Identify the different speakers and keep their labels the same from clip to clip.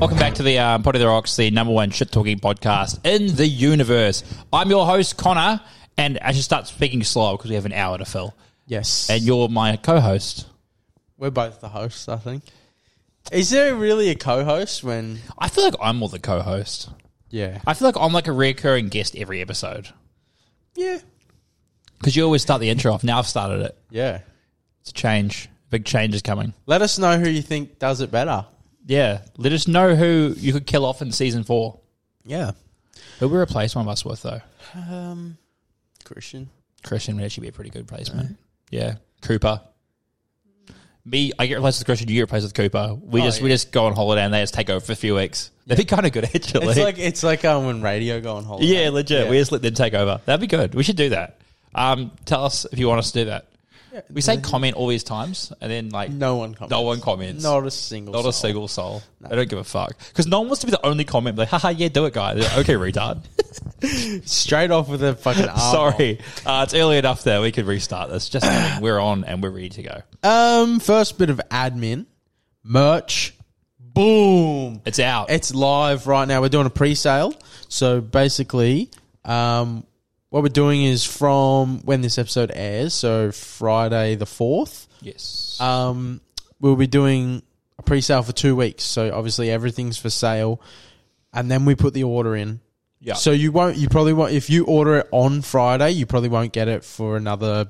Speaker 1: Welcome back to the um, Pot of the Rocks, the number one shit talking podcast in the universe. I'm your host, Connor, and I should start speaking slow because we have an hour to fill.
Speaker 2: Yes.
Speaker 1: And you're my co host.
Speaker 2: We're both the hosts, I think. Is there really a co host when.
Speaker 1: I feel like I'm more the co host.
Speaker 2: Yeah.
Speaker 1: I feel like I'm like a recurring guest every episode
Speaker 2: Yeah.
Speaker 1: because you always start the intro off. Now I've started it.
Speaker 2: Yeah.
Speaker 1: It's a change. Big change is coming.
Speaker 2: Let us know who you think does it better.
Speaker 1: Yeah. Let us know who you could kill off in season four.
Speaker 2: Yeah.
Speaker 1: Who we replace one of us with, though?
Speaker 2: Um, Christian.
Speaker 1: Christian would actually be a pretty good placement. Yeah, Cooper. Me, I get replaced with Christian. You get replaced with Cooper. We
Speaker 2: Oh,
Speaker 1: just we
Speaker 2: yeah.
Speaker 1: just go on holiday and they just take over for a few weeks. That'd be kind of good actually.
Speaker 2: It's like it's like um, when radio go on holiday.
Speaker 1: yeah, legit. We just let them take over. That'd be good. We should do that. Um, tell us if you want us to do that. We say comment all these times, and then like
Speaker 2: No one comments.
Speaker 1: no one comments.
Speaker 2: Not a single.
Speaker 1: Not
Speaker 2: soul.
Speaker 1: a single soul. I don't give a fuck because no one wants to be the only comment. Like, haha, yeah, do it, guy. They're like, okay, retard.
Speaker 2: Straight off with a fucking arm.
Speaker 1: Sorry, uh, it's early enough there. We could restart this. Just kidding. we're on and we're ready to go.
Speaker 2: Um, first bit of admin, merch, boom.
Speaker 1: It's out.
Speaker 2: It's live right now. We're doing a pre-sale. So basically, um, what we're doing is from when this episode airs, so Friday the fourth,
Speaker 1: yes.
Speaker 2: um, we'll be doing a pre-sale for two weeks. So obviously everything's for sale, and then we put the order in.
Speaker 1: Yeah.
Speaker 2: So you won't. You probably won't. If you order it on Friday, you probably won't get it for another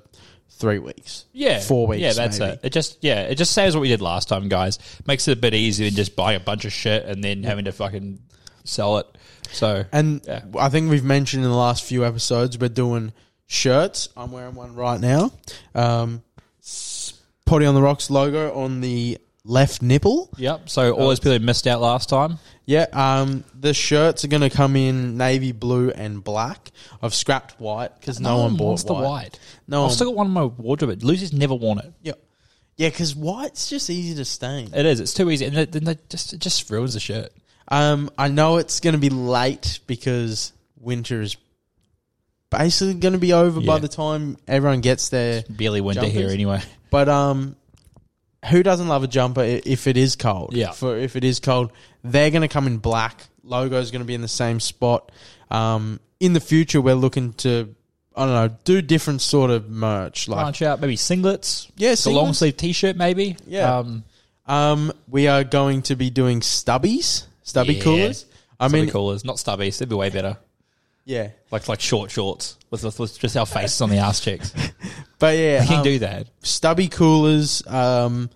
Speaker 2: three weeks.
Speaker 1: yeah,
Speaker 2: four weeks.
Speaker 1: Yeah, that's
Speaker 2: maybe.
Speaker 1: it. It just yeah, it just saves what we did last time, guys. Makes it a bit easier than just buying a bunch of shit and then having to fucking sell it. So
Speaker 2: And
Speaker 1: Yeah.
Speaker 2: I think we've mentioned in the last few episodes we're doing shirts. I'm wearing one right now. Um, s- Potty on the Rocks logo on the left nipple.
Speaker 1: yep. So all those people who missed out last time.
Speaker 2: Yeah. Um, the shirts are going to come in navy blue and black. I've scrapped white because no, one bought
Speaker 1: wants
Speaker 2: white.
Speaker 1: the white.
Speaker 2: No
Speaker 1: I've
Speaker 2: one.
Speaker 1: still got one in my wardrobe. Lucy's never worn it.
Speaker 2: yeah. Yeah, because white's just easy to stain.
Speaker 1: It is. It's too easy, and it, then it just it just ruins the shirt.
Speaker 2: Um, I know it's going to be late because winter is basically going to be over by
Speaker 1: Yeah.
Speaker 2: the time everyone gets there.
Speaker 1: Barely winter here
Speaker 2: Jumpers?
Speaker 1: anyway.
Speaker 2: But um, who doesn't love a jumper i- if it is cold?
Speaker 1: Yeah.
Speaker 2: For if it is cold, they're going to come in black. Logo's going to be in the same spot. Um, in the future, we're looking to I don't know do different sort of merch. Like
Speaker 1: Branch out, maybe singlets.
Speaker 2: Yeah,
Speaker 1: Like a long
Speaker 2: singlets.
Speaker 1: sleeve T-shirt, maybe.
Speaker 2: Yeah.
Speaker 1: um,
Speaker 2: um, we are going to be doing stubbies, stubby
Speaker 1: Yeah.
Speaker 2: coolers. I
Speaker 1: I mean,
Speaker 2: mean,
Speaker 1: coolers, not stubbies. They'd be way better.
Speaker 2: yeah,
Speaker 1: Like like short shorts with, with, with just our faces on the ass cheeks.
Speaker 2: but yeah,
Speaker 1: We can
Speaker 2: um,
Speaker 1: do that.
Speaker 2: stubby coolers. Um,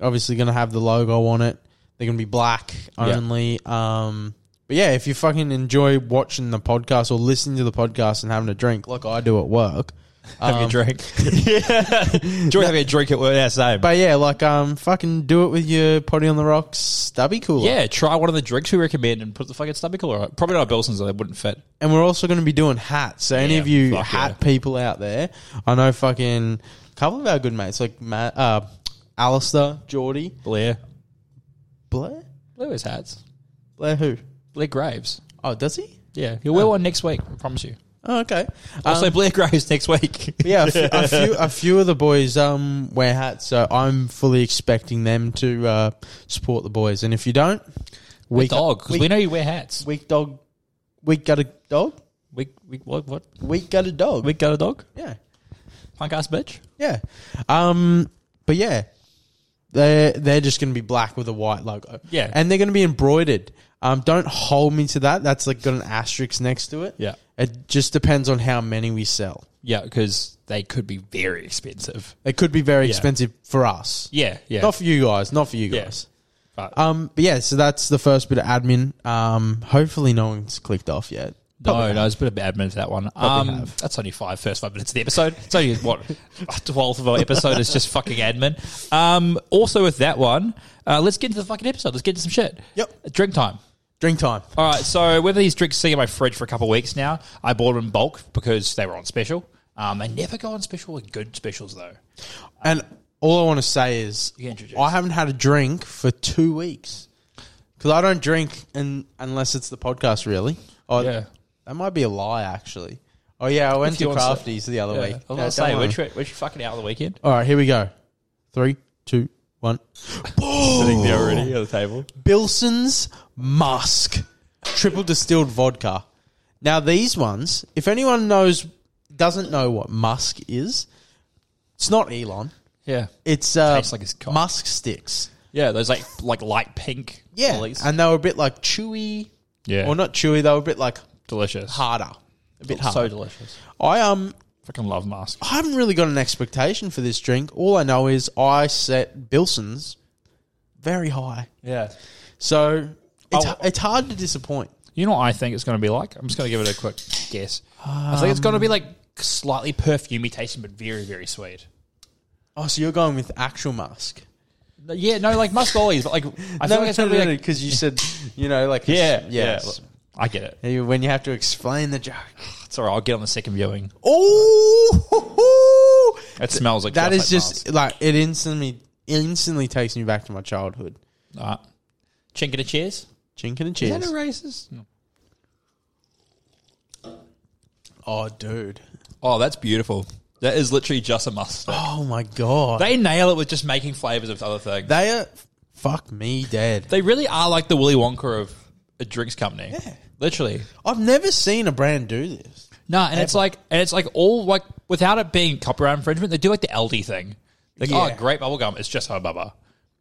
Speaker 2: obviously going to have the logo on it. They're going to be black
Speaker 1: Yeah.
Speaker 2: only. Um, but yeah, if you fucking enjoy watching the podcast or listening to the podcast and having a drink, like I do at work.
Speaker 1: Have your drink. Um, yeah. Enjoy having a drink at work. Yeah, same.
Speaker 2: But yeah, like um, fucking do it with your potty on the rocks stubby cooler.
Speaker 1: yeah, try one of the drinks we recommend and put the fucking stomach cooler on. it. Probably not Billson's, though. They wouldn't fit.
Speaker 2: and we're also going to be doing hats. So any
Speaker 1: Yeah,
Speaker 2: of you
Speaker 1: fuck
Speaker 2: hat
Speaker 1: yeah.
Speaker 2: people out there, I know fucking a couple of our good mates like Matt, uh, Alistair, Geordie,
Speaker 1: Blair.
Speaker 2: Blair,
Speaker 1: Blair wears hats.
Speaker 2: Blair who?
Speaker 1: Blair Graves.
Speaker 2: Oh, does he?
Speaker 1: Yeah. He'll wear one next week, I promise you.
Speaker 2: Oh, okay.
Speaker 1: Also,
Speaker 2: Um,
Speaker 1: Oh. Blair Graves next week.
Speaker 2: yeah, a few, a few a few of the boys um wear hats, so I'm fully expecting them to uh, support the boys. And if you don't,
Speaker 1: Weak dog, because
Speaker 2: weak,
Speaker 1: we know you wear hats.
Speaker 2: weak dog, weak gutted dog,
Speaker 1: Weak, weak, what, what?
Speaker 2: weak gutted dog.
Speaker 1: Weak got a dog?
Speaker 2: Yeah,
Speaker 1: Punk ass bitch?
Speaker 2: yeah. Um, but yeah, they are they're just going to be black with a white logo.
Speaker 1: Yeah.
Speaker 2: and they're going to be embroidered. Um, don't hold me to that. That's like got an asterisk next to it.
Speaker 1: Yeah.
Speaker 2: It just depends on how many we sell.
Speaker 1: Yeah, because they could be very expensive.
Speaker 2: It could be very expensive for us.
Speaker 1: Yeah, yeah.
Speaker 2: Not for you guys. Not for you
Speaker 1: Yeah.
Speaker 2: guys.
Speaker 1: But-
Speaker 2: Um, but yeah, so that's the first bit of admin. Um, hopefully no one's clicked off yet.
Speaker 1: No, no, it's a bit of admin for that one. Um,
Speaker 2: have.
Speaker 1: that's only five first five minutes of the episode. It's only what a twelfth of our episode is just fucking admin. Um, also with that one, uh, let's get into the fucking episode. Let's get into some shit.
Speaker 2: Yep.
Speaker 1: Drink time.
Speaker 2: Drink time.
Speaker 1: All right. So whether these drinks sitting in my fridge for a couple of weeks now, I bought them in bulk because they were on special. Um, they never go on special with good specials though.
Speaker 2: And all I want to say is
Speaker 1: You can introduce.
Speaker 2: I haven't had a drink for two weeks because I don't drink and unless it's the podcast, really. Oh,
Speaker 1: Yeah.
Speaker 2: That might be a lie, actually. Oh, yeah, I went
Speaker 1: If
Speaker 2: to
Speaker 1: you want to-
Speaker 2: Crafties the other
Speaker 1: Yeah. I was
Speaker 2: week. Yeah,
Speaker 1: gonna
Speaker 2: don't
Speaker 1: say,
Speaker 2: worry.
Speaker 1: which, which fucking out of the weekend?
Speaker 2: all right, here we go. Three, two, one. One.
Speaker 1: Sitting there already at the table.
Speaker 2: Bilson's Musk triple distilled vodka. Now these ones, if anyone knows doesn't know what Musk is, it's not Elon.
Speaker 1: Yeah.
Speaker 2: It's uh,
Speaker 1: Tastes like his cock.
Speaker 2: Musk sticks.
Speaker 1: Yeah, those like like light pink.
Speaker 2: Yeah,
Speaker 1: lollies.
Speaker 2: and they were a bit like chewy,
Speaker 1: yeah.
Speaker 2: or not chewy. They were a bit like
Speaker 1: delicious.
Speaker 2: harder, a bit hard.
Speaker 1: So delicious.
Speaker 2: I um,
Speaker 1: Fucking love mask.
Speaker 2: I haven't really got an expectation for this drink. All I know is I set Bilson's very high,
Speaker 1: Yeah.
Speaker 2: so it's,
Speaker 1: Oh.
Speaker 2: it's hard to disappoint.
Speaker 1: You know what I think it's going to be like? I'm just going to give it a quick guess. I think it's going to be like slightly perfumey tasting, but very, very sweet.
Speaker 2: Oh, so you're going with actual Musk?
Speaker 1: No, Yeah, no, like musk lollies, but like I feel like it's going to be like
Speaker 2: because you said you know like
Speaker 1: yeah,
Speaker 2: yes.
Speaker 1: yeah. I get it.
Speaker 2: You- When you have to explain the joke.
Speaker 1: It's all right. I'll get on the second viewing.
Speaker 2: Oh,
Speaker 1: It smells like
Speaker 2: that
Speaker 1: just
Speaker 2: is
Speaker 1: like
Speaker 2: just like it instantly instantly takes me back to my childhood.
Speaker 1: Mars. All right. Chink it a cheers.
Speaker 2: Chinkin and
Speaker 1: Is that
Speaker 2: cheers.
Speaker 1: a racist? No.
Speaker 2: Oh, dude.
Speaker 1: Oh, that's beautiful. That is literally just a must.
Speaker 2: Oh my god.
Speaker 1: They nail it with just making flavors of other things.
Speaker 2: They are fuck me dead.
Speaker 1: They really are like the Willy Wonka of a drinks company. Literally.
Speaker 2: I've never seen a brand do this.
Speaker 1: No, and it's like and it's like all like without it being copyright infringement, they do like the LD thing. Like,
Speaker 2: Yeah.
Speaker 1: oh great bubble gum, it's just hubbubba.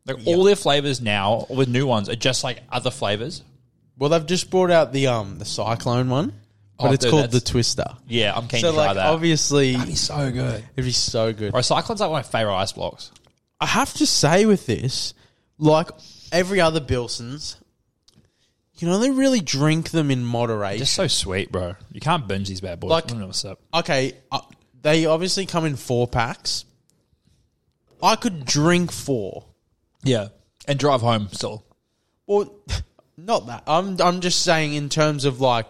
Speaker 1: Like all their flavors now with new ones are just like other flavors.
Speaker 2: Well, they've just brought out the um the cyclone one, but
Speaker 1: Oh,
Speaker 2: it's
Speaker 1: dude,
Speaker 2: called the
Speaker 1: that's-
Speaker 2: Twister.
Speaker 1: Yeah, I'm keen
Speaker 2: So
Speaker 1: to try
Speaker 2: like
Speaker 1: that.
Speaker 2: obviously
Speaker 1: That'd be so Oh, good.
Speaker 2: it'd be so good.
Speaker 1: Bro, Cyclone's like one of my favorite ice blocks.
Speaker 2: I have to say with this, like every other Bilsons, you know they really drink them in moderation.
Speaker 1: Just so sweet, bro. You can't binge these bad boys.
Speaker 2: Like-
Speaker 1: I don't know what's up.
Speaker 2: okay, uh, they obviously come in four packs. I could drink four.
Speaker 1: Yeah. And drive home still.
Speaker 2: Well, not that. I'm I'm just saying in terms of like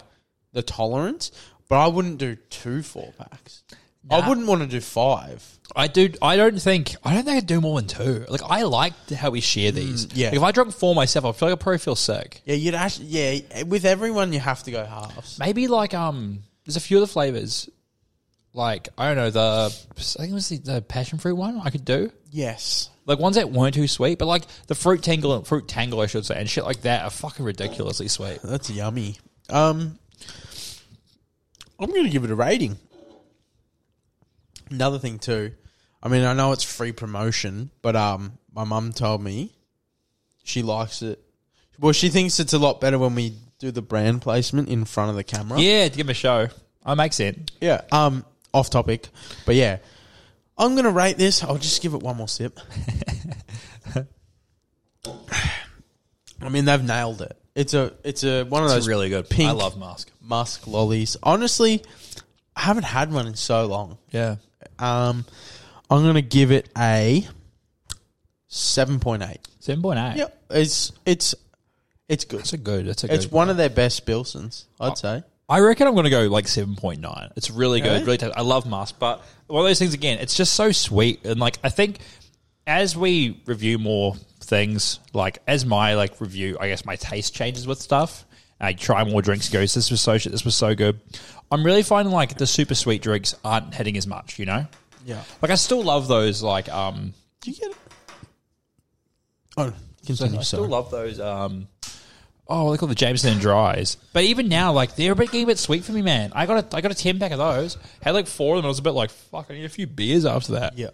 Speaker 2: the tolerance, but I wouldn't do two four packs. I wouldn't want to do five.
Speaker 1: I do. I don't think. I don't think I do more than two. Like I like how we share these.
Speaker 2: yeah.
Speaker 1: Like, if I drunk four myself, I feel like I probably feel sick.
Speaker 2: Yeah, you'd actually. Yeah, with everyone you have to go halves.
Speaker 1: Maybe like um, there's a few of the flavors. Like I don't know the. I think it was the, the passion fruit one. I could do
Speaker 2: Yes.
Speaker 1: like ones that weren't too sweet, but like the fruit tangle, fruit tangle, I should say, and shit like that are fucking ridiculously sweet.
Speaker 2: That's yummy. Um, I'm going to give it a rating. Another thing too, I mean, I know it's free promotion, but um, my mum told me she likes it. Well, she thinks it's a lot better when we do the brand placement in front of the camera.
Speaker 1: Yeah, to give 'em a show. I makes sense.
Speaker 2: Yeah. Um, off topic, but yeah, I'm gonna rate this. I'll just give it one more sip. I mean, they've nailed it. It's a, it's a one of
Speaker 1: It's
Speaker 2: those
Speaker 1: really good.
Speaker 2: Pink
Speaker 1: I love mask.
Speaker 2: Musk lollies. Honestly, I haven't had one in so long.
Speaker 1: Yeah.
Speaker 2: Um, I'm gonna give it a seven point eight.
Speaker 1: Seven point eight.
Speaker 2: Yep, it's it's it's good.
Speaker 1: That's a good. That's a good.
Speaker 2: It's one of their best Bilsons, I'd say.
Speaker 1: I reckon I'm going to go like 7.9. It's really good.
Speaker 2: Really?
Speaker 1: Really, tasty. I love Musk, but one of those things again. It's just so sweet, and like I think as we review more things, like as my like review, I guess my taste changes with stuff. I try more drinks. and Goes this was so shit. This was so good. I'm really finding like the super sweet drinks aren't hitting as much. You know,
Speaker 2: Yeah.
Speaker 1: like I still love those. Like um,
Speaker 2: Do you get it? Oh, continue.
Speaker 1: I
Speaker 2: sorry.
Speaker 1: still love those. Um, oh, they call the Jameson and Dries. But even now, like they're a bit getting a bit sweet for me, man. I got a I got a ten pack of those. Had like four of them. and I was a bit like, fuck. I need a few beers after that.
Speaker 2: Yeah.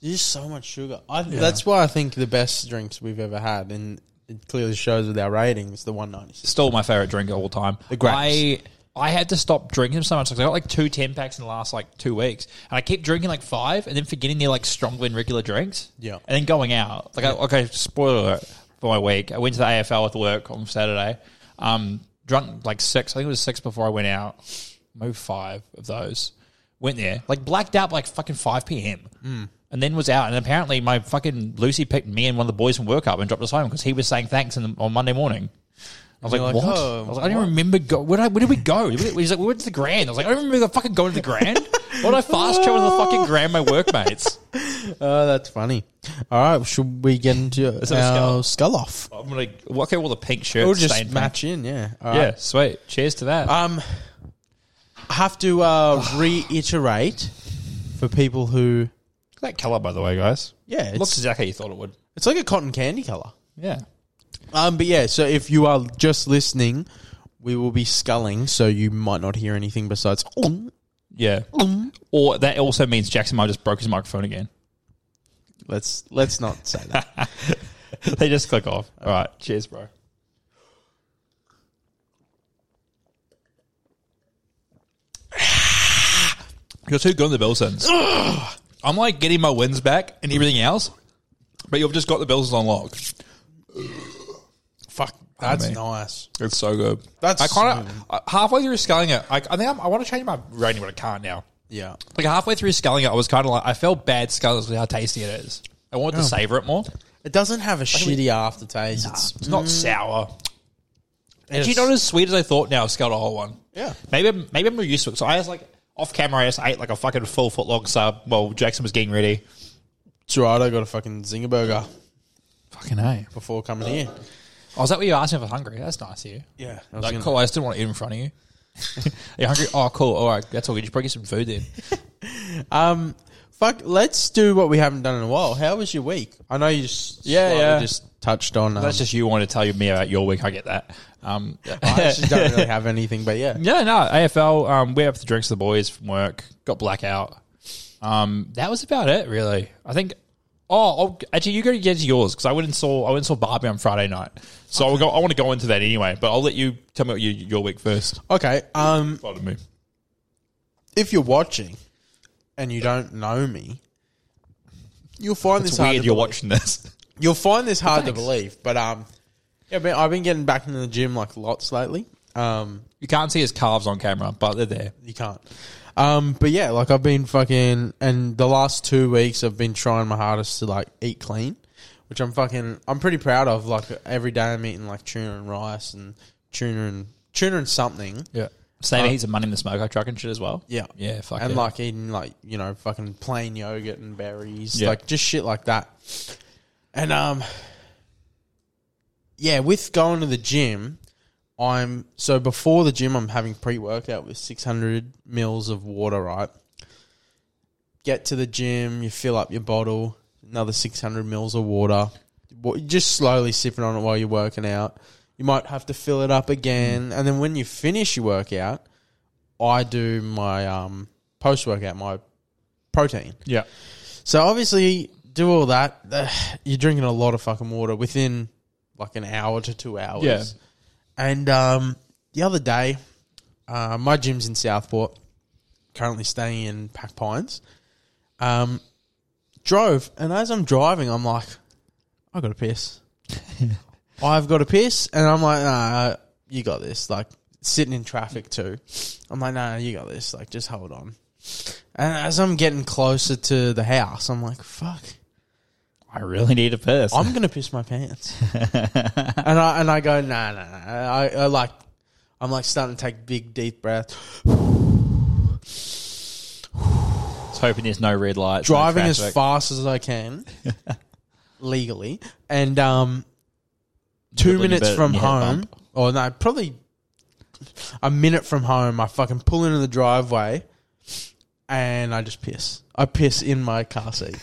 Speaker 2: There's just so much sugar. I, That's why I think the best drinks we've ever had, and it clearly shows with our ratings, the 196.
Speaker 1: Still my favorite drink of all time. The
Speaker 2: grapes.
Speaker 1: I I had to stop drinking them so much because I got like two 10 packs in the last like two weeks, and I kept drinking like five, and then forgetting they're like stronger and regular drinks.
Speaker 2: Yeah.
Speaker 1: and then going out. Like, I, okay, spoiler alert for my week. I went to the AFL with work on Saturday. Um, drunk like six. I think it was six before I went out. Maybe five of those. Went there like blacked out by, like fucking five p.m.
Speaker 2: Hmm.
Speaker 1: And then was out. And apparently, my fucking Lucy picked me and one of the boys from work up and dropped us home because he was saying thanks in the, on Monday morning. I was like,
Speaker 2: you're like,
Speaker 1: what?
Speaker 2: "Oh,
Speaker 1: I was like, I don't even remember. Go- where, did I, where did we go? He's like, we went to the Grand. I was like, I don't remember fucking going to the Grand. Why did I fast travel to the fucking Grand, my workmates?
Speaker 2: Oh, that's funny. All right, well, should we get into
Speaker 1: it a
Speaker 2: our skull off?
Speaker 1: I'm gonna work out all the pink shirts.
Speaker 2: We'll just
Speaker 1: stained pink.
Speaker 2: match in, yeah. All right.
Speaker 1: Yeah, sweet. Cheers to that.
Speaker 2: Um, I have to uh, reiterate for people who,
Speaker 1: that color, by the way, guys.
Speaker 2: yeah,
Speaker 1: It looks
Speaker 2: it's,
Speaker 1: exactly how you thought it would.
Speaker 2: It's like a cotton candy color.
Speaker 1: Yeah.
Speaker 2: Um, but yeah, so if you are just listening, we will be sculling, so you might not hear anything besides.
Speaker 1: Yeah. Or that also means Jackson might just broke his microphone again.
Speaker 2: Let's let's not say that.
Speaker 1: they just click off. All right. Cheers, bro. You're too good on the Bilsons. I'm like getting my wins back and everything else, but you've just got the Bilsons on lock.
Speaker 2: Fuck, that's
Speaker 1: I mean.
Speaker 2: nice.
Speaker 1: It's so good.
Speaker 2: That's
Speaker 1: I kind of halfway through scaling it. I, I think I'm, I want to change my rating, but I can't now.
Speaker 2: Yeah,
Speaker 1: Like halfway through scaling it, I was kind of like I felt bad scaling it with how tasty it is. I wanted to savor it more.
Speaker 2: it doesn't have a shitty aftertaste. It's,
Speaker 1: It's not sour.
Speaker 2: it's
Speaker 1: Actually, not as sweet as I thought. Now I've scaled a whole one.
Speaker 2: Yeah.
Speaker 1: Maybe I'm- maybe I'm more used to it. So I was like off camera. I just ate like a fucking full foot long sub while Jackson was getting ready.
Speaker 2: Gerardo got a fucking zinger burger
Speaker 1: Fucking hey.
Speaker 2: before coming here.
Speaker 1: I was Oh, that what you asked me if I was hungry? That's nice of you.
Speaker 2: Yeah,
Speaker 1: Like cool. I just didn't want to eat in front of you. Are you hungry? Oh, cool. All right, that's all good. You should probably get some food then.
Speaker 2: Um, fuck. Let's do what we haven't done in a while. How was your week? I know you just yeah,
Speaker 1: yeah.
Speaker 2: just touched on. Um,
Speaker 1: That's just you wanting to tell me about your week. I get that. Um,
Speaker 2: I actually don't really have anything, but yeah,
Speaker 1: Yeah, no, AFL. Um, we have the drinks with the boys from work. Got blackout. Um, that was about it, really. I think. Oh, I'll, actually, you go to get to yours because I went and saw I went and saw Barbie on Friday night. So I'll go. I want to go into that anyway, but I'll let you tell me what you, your week first.
Speaker 2: okay. Um,
Speaker 1: Pardon me.
Speaker 2: if you're watching and you don't know me, you'll find
Speaker 1: It's
Speaker 2: this hard.
Speaker 1: weird
Speaker 2: To
Speaker 1: you're
Speaker 2: believe.
Speaker 1: watching this.
Speaker 2: You'll find this hard
Speaker 1: Thanks.
Speaker 2: to believe, but um, yeah, but I've been getting back into the gym like lots lately. Um,
Speaker 1: You can't see his calves on camera, but they're there.
Speaker 2: you can't. Um, but yeah, like I've been fucking, and the last two weeks I've been trying my hardest to like eat clean, which I'm fucking, I'm pretty proud of. Like every day I'm eating like tuna and rice and tuna and tuna and something.
Speaker 1: Yeah. Saving heaps of money in the smoker truck and shit as well.
Speaker 2: Uh, Yeah.
Speaker 1: Yeah. Fuck.
Speaker 2: and
Speaker 1: yeah.
Speaker 2: like eating like you know fucking plain yogurt and berries,
Speaker 1: Yeah.
Speaker 2: like just shit like that. And um, yeah, with going to the gym, I'm so before the gym, I'm having pre workout with 600 mils of water. Right, get to the gym, you fill up your bottle, another 600 mils of water. Wa- Just slowly sipping on it while you're working out. You might have to fill it up again, and then when you finish your workout, I do my um, post workout, my protein.
Speaker 1: yeah.
Speaker 2: So obviously, do all that. uh, You're drinking a lot of fucking water within like an hour to two hours.
Speaker 1: Yeah.
Speaker 2: And um, the other day, uh, my gym's in Southport, currently staying in Pack Pines. Um, drove, and as I'm driving, I'm like, I got to piss. I've got to piss, and I'm like, nah, you got this. Like sitting in traffic too, I'm like, nah, you got this. Like just hold on. And as I'm getting closer to the house, I'm like, fuck,
Speaker 1: I really need a piss.
Speaker 2: I'm gonna piss my pants. and I and I go, nah, nah, nah. I, I like, I'm like starting to take big deep breaths.
Speaker 1: Just hoping there's no red lights. no
Speaker 2: driving as
Speaker 1: traffic.
Speaker 2: fast as I can legally, and um, two
Speaker 1: Nibbling a
Speaker 2: minutes
Speaker 1: bit
Speaker 2: from
Speaker 1: and you hit a
Speaker 2: home, or no, probably a minute from home. I fucking pull into the driveway, and I just piss. I piss in my car seat.